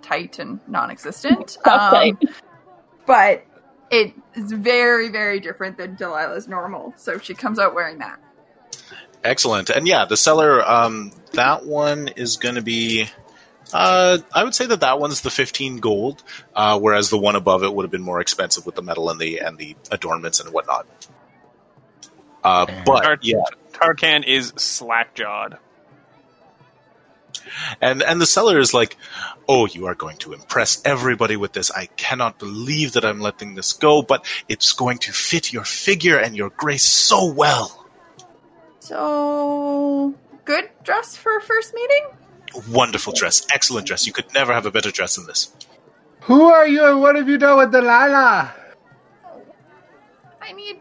tight and non-existent. Um, Top tight. but it is very, very different than Delilah's normal. So she comes out wearing that. Excellent. And yeah, the seller, um, that one is going to be. Uh, I would say that that one's the 15 gold, uh, whereas the one above it would have been more expensive with the metal and the and the adornments and whatnot. Uh, Tar- but yeah, Tarkan is slack-jawed. and and the seller is like, "Oh, you are going to impress everybody with this. I cannot believe that I'm letting this go, but it's going to fit your figure and your grace so well. So good dress for a first meeting. Wonderful dress, excellent dress. You could never have a better dress than this." Who are you and what have you done with Delilah? I need.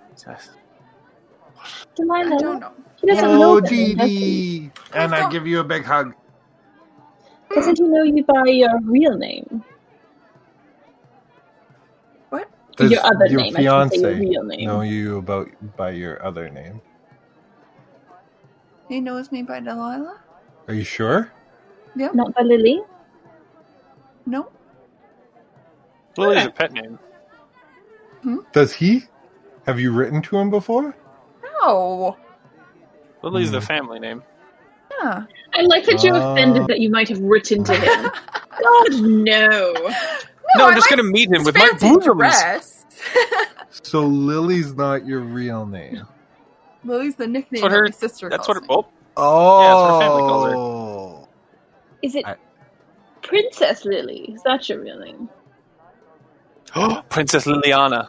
Delilah. I don't know. He doesn't know Oh, that, Dee does he? Dee. And I give you a big hug. Doesn't he know you by your real name? What? Your Does other your name, I should say, Fiance your real name. Know you about by your other name? He knows me by Delilah. Are you sure? Not by Lily? No. Lily's a pet name. Does he? Have you written to him before? No. Lily's the Hmm. family name. Yeah. I like that you're Ah. offended that you might have written to him. [LAUGHS] God, no. No, I'm I just like gonna meet him with my fancy boobies. dress. So Lily's not your real name. Lily's the That's nickname what her- that my sister That's what. calls me. Oh, Oh, family calls her. Is it I- Princess Lily? Is that your real name? oh, [GASPS] Princess Liliana.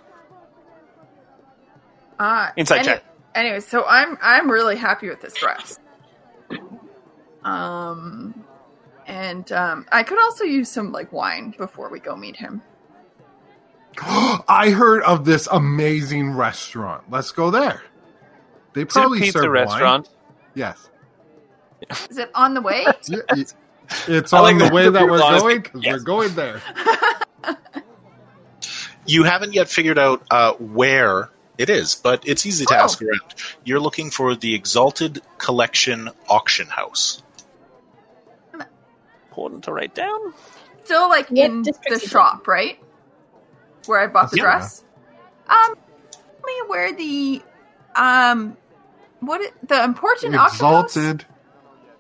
Uh, Insight any- check. Anyway, so I'm I'm really happy with this dress. Um, and um, I could also use some like wine before we go meet him. [GASPS] I heard of this amazing restaurant. Let's go there. They It's a probably pizza serve restaurant. Wine. Yes, Is it on the way? [LAUGHS] Y- y- it's I on like the that way the that we're people honestly- going 'cause Yes. we're going there. You haven't yet figured out uh, where it is, but it's easy to Oh. ask around. You're looking for the Exalted Collection Auction House. Important to write down. Still like What in district the is it? shop, right? Where I bought the Yeah. dress. Um, tell me where the um, what i- the important auction Exalted, house?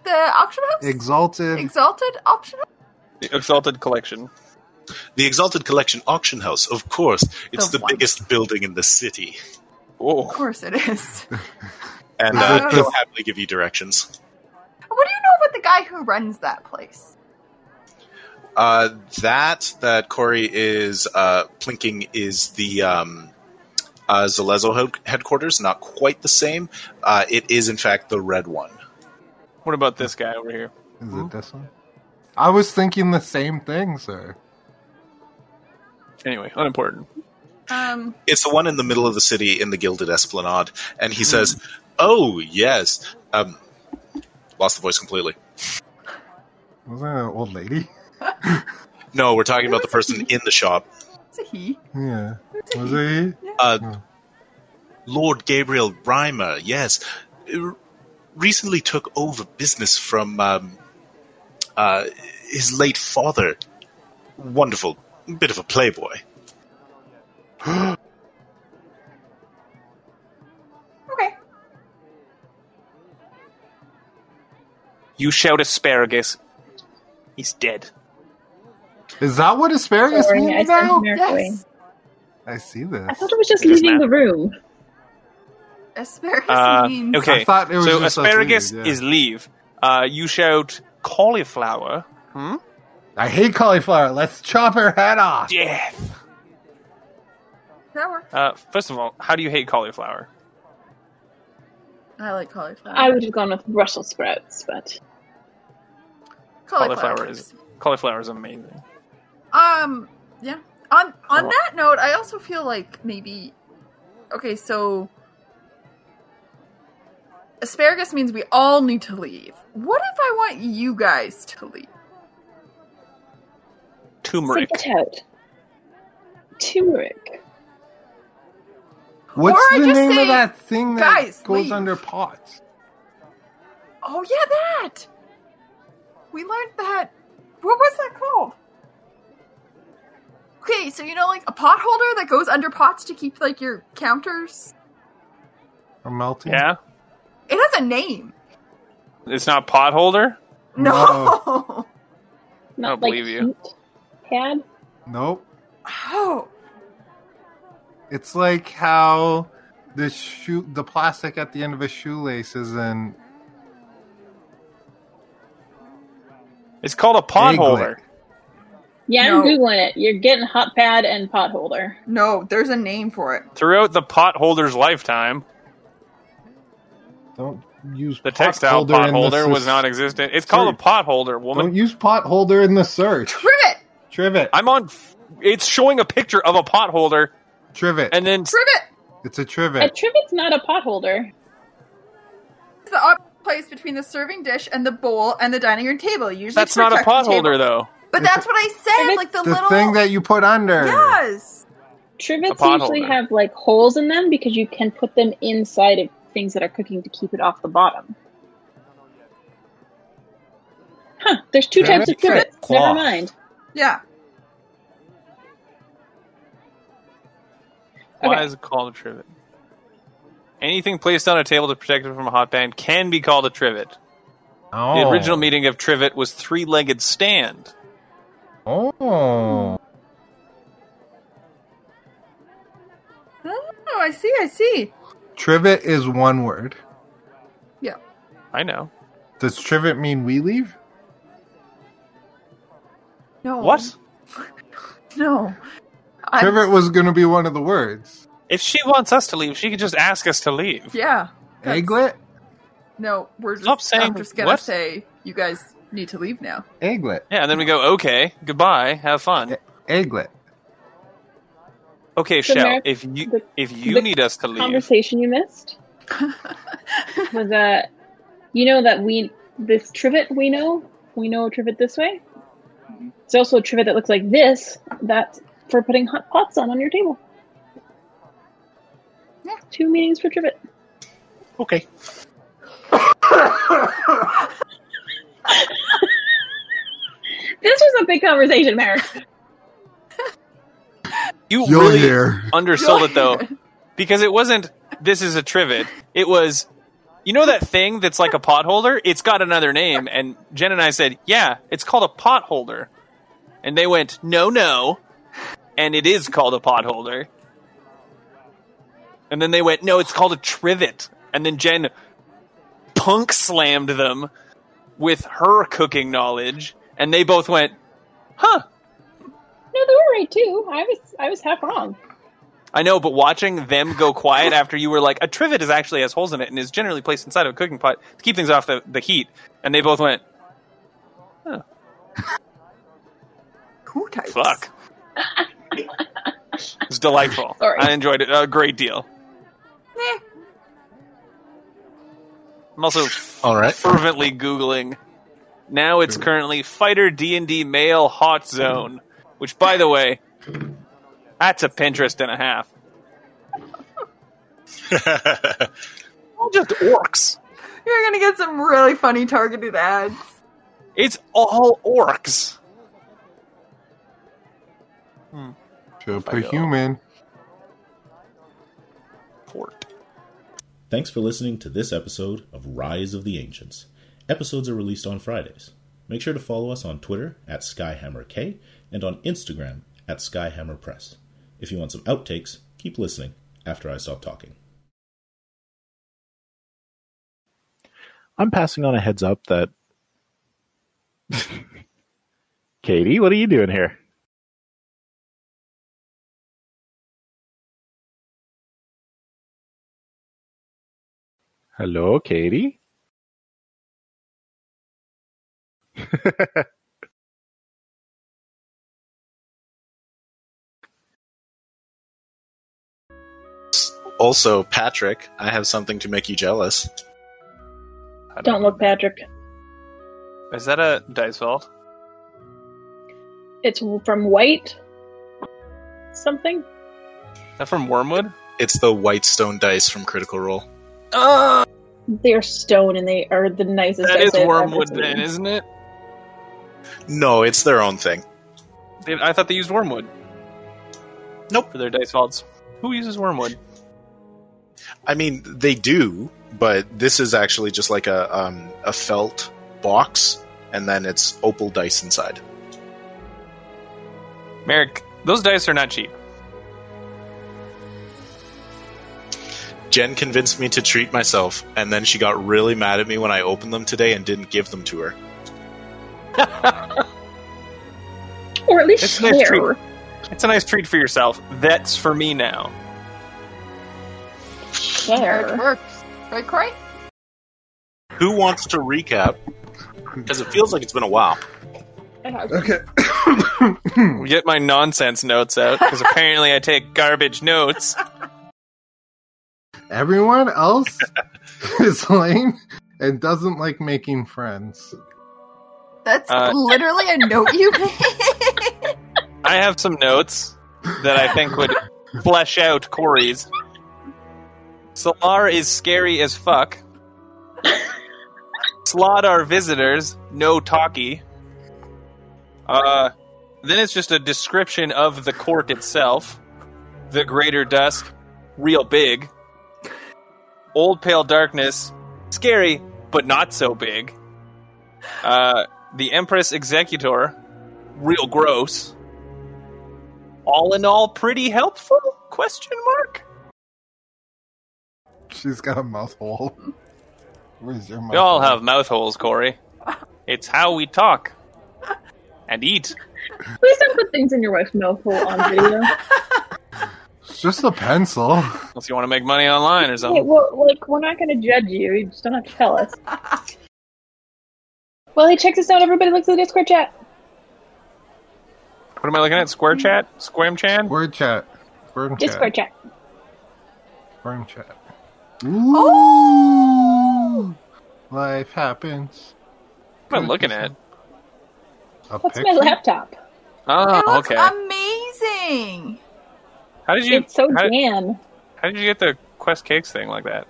The auction house. exalted. Exalted auction house. The Exalted Collection. The Exalted Collection Auction House, of course, it's The the, one. biggest building in the city. Oh, Of course it is. And I uh, don't they'll know. happily give you directions. What do you know about the guy who runs that place? Uh, that that Corey is uh, plinking is the um, uh, Zalezo head- headquarters. Not quite the same. Uh, it is, in fact, the red one. What about this guy over here? Is it this one? I was thinking the same thing, sir. Anyway, unimportant. Um, It's the one in the middle of the city in the Gilded Esplanade. And he says, Oh, yes. Um, lost the voice completely. Wasn't it an old lady? No, we're talking about the person in the shop. it's a he. Yeah. Was it? he? Uh, Hmm. Lord Gabriel Reimer, yes, r- recently took over business from um, uh, his late father. Wonderful, bit of a playboy. [LAUGHS] Okay. You shout asparagus. He's dead. Is that what asparagus Sorry, I means said now? narrowing. I see I this. thought it was just It doesn't leaving the matter. room. Asparagus Uh, means. okay. I thought it was so just us asparagus leaving, yeah. is leave. Uh, you shout cauliflower. Hmm? I hate cauliflower. Let's chop her head off. Death. That worked. Uh, first of all, how do you hate cauliflower? I like cauliflower. I would have gone with Brussels sprouts, but Cauliflower is cauliflower is amazing. Um, yeah. On on Hello. that note, I also feel like maybe okay, so asparagus means we all need to leave. What if I want you guys to leave? Turmeric. think it out. Turmeric. What's Or I the just name say, of that thing that "Guys, goes leave." under pots? Oh yeah, that. We learned that. What was that called? Okay, so you know, like a pot holder that goes under pots to keep like your counters. Or melting? Yeah. It has a name. It's not potholder. No. Not don't like believe you. heat Pad. Nope. [LAUGHS] Oh. It's like how the shoe, the plastic at the end of a shoelace is an It's called a potholder. egglet. Yeah, I'm No. googling it. You're getting hot pad and potholder. No, there's a name for it. Throughout the potholder's lifetime, Don't use the pot textile holder in the potholder sus- was non-existent. It's called a potholder, woman. Don't use pot holder in the search. Trivet! Trivet. I'm on. f- It's showing a picture of a potholder, trivet. and then Trivet! it's a A trivet. trivet's not a potholder. It's the op- place between the serving dish and the bowl and the dining room table. Usually, that's for not a checking table. potholder though. But that's what I said. Like the, the little thing that you put under. Yes. Trivets A potholder. usually have like holes in them because you can put them inside of things that are cooking to keep it off the bottom. Huh, there's two types of Trivet? trivets. Never Cloth. mind. Yeah. Why Okay. is it called a trivet? Anything placed on a table to protect it from a hot pan can be called a trivet. Oh. The original meaning of trivet was three-legged stand. Oh. Oh, I see. I see. Trivet is one word. I know. Does trivet mean we leave? No. What? [LAUGHS] No. I- Trivet was going to be one of the words. If she wants us to leave, she can just ask us to leave. Yeah. That's- Egglet? No, we're just. Stop saying I'm just gonna what? say you guys need to leave now. Egglet. Yeah, and then we go, okay, goodbye, have fun. Egglet. Okay, So Shell, Merrick, if you the- if you the need us to leave, Conversation [LAUGHS] you missed was that you know that we this trivet we know we know a trivet this way. Mm-hmm. There's also a trivet that looks like this. That's for putting hot pots on on your table. Yeah. Two meanings for trivet. Okay. This was a big [LAUGHS] conversation, Merrick. you You're really here. undersold it though, because it wasn't. This is a trivet. It was, you know, that thing that's like a potholder. It's got another name, and Jen and I said, yeah, it's called a potholder, and they went, no, no, and it is called a potholder. And then they went, no, it's called a trivet, and then Jen punk slammed them with her cooking knowledge, and they both went, huh. No, they were right too. I was I was half wrong. I know, but watching them go quiet after you were like, a trivet is actually has holes in it and is generally placed inside of a cooking pot to keep things off the, the heat. And they both went, Who types? [LAUGHS] fuck. it was delightful. Sorry. I enjoyed it a great deal. Meh. I'm also All right. fervently Googling. Now it's currently Fighter D&D Male Hot Zone, which, by the way, that's a Pinterest and a half. All just orcs. You're gonna get some really funny targeted ads. It's all orcs. Chip I a go. human. Port. Thanks for listening to this episode of Rise of the Ancients. Episodes are released on Fridays. Make sure to follow us on Twitter at SkyhammerK and on Instagram at SkyhammerPress. If you want some outtakes, keep listening after I stop talking. I'm passing on a heads up that. Katie, what are you doing here? Hello, Katie? [LAUGHS] Also, Patrick, I have something to make you jealous. I Don't look, Patrick. Is that a dice vault? It's from white something. Is that from Wormwood? It's the white stone dice from Critical Role. Uh, They're stone and they are the nicest. that dice is I've ever Wormwood seen. then, isn't it? No, it's their own thing. They, I thought they used Wormwood. Nope. For their dice vaults. Who uses Wormwood? I mean, they do, but this is actually just like a um, a felt box, and then it's opal dice inside. Merrick, those dice are not cheap. Jen convinced me to treat myself, and then she got really mad at me when I opened them today and didn't give them to her. Or at least It's share. nice treat. It's a nice treat for yourself. That's for me now. There it [LAUGHS] Share. works. Right, Corey? Who wants to recap? Because it feels like it's been a while. Okay. Get my nonsense notes out [LAUGHS] because apparently I take garbage notes. [COUGHS] Everyone else [LAUGHS] is lame and doesn't like making friends. That's Uh, literally a note you made. I have some notes that I think would flesh out Corey's. Solar is scary as fuck. Slot our visitors, no talkie. Uh, then it's just a description of the court itself. The greater dusk, real big. Old pale darkness, scary but not so big. Uh, the Empress Executor, real gross all in all pretty helpful question mark She's got a mouth hole. [LAUGHS] Where's your mouth? we all hole? have mouth holes corey it's how we talk and eat Please don't put things in your wife's mouth hole [LAUGHS] on [LAUGHS] video. It's just a pencil. unless you want to make money online or Hey, something well, like we're not going to judge you. You just don't have to [LAUGHS] tell us. well, he checks us out. Everybody looks at the Discord chat. what am i looking at square chat squam chan Word chat. Worm chat. Discord chat. Worm chat. Oh! Ooh! Life happens. what am i looking at A What's picture? my laptop? it [LAUGHS] oh looks okay amazing. how did you um, It's so how, did, Dan. how did you get the quest cakes thing like that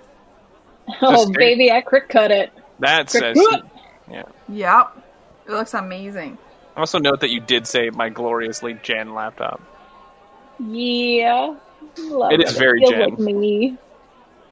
Oh, great. baby, I crick cut it. that Crick says cut. Yep. It looks amazing. also note that you did say my gloriously jen laptop Yeah. Love It is very Feels Jen. like me.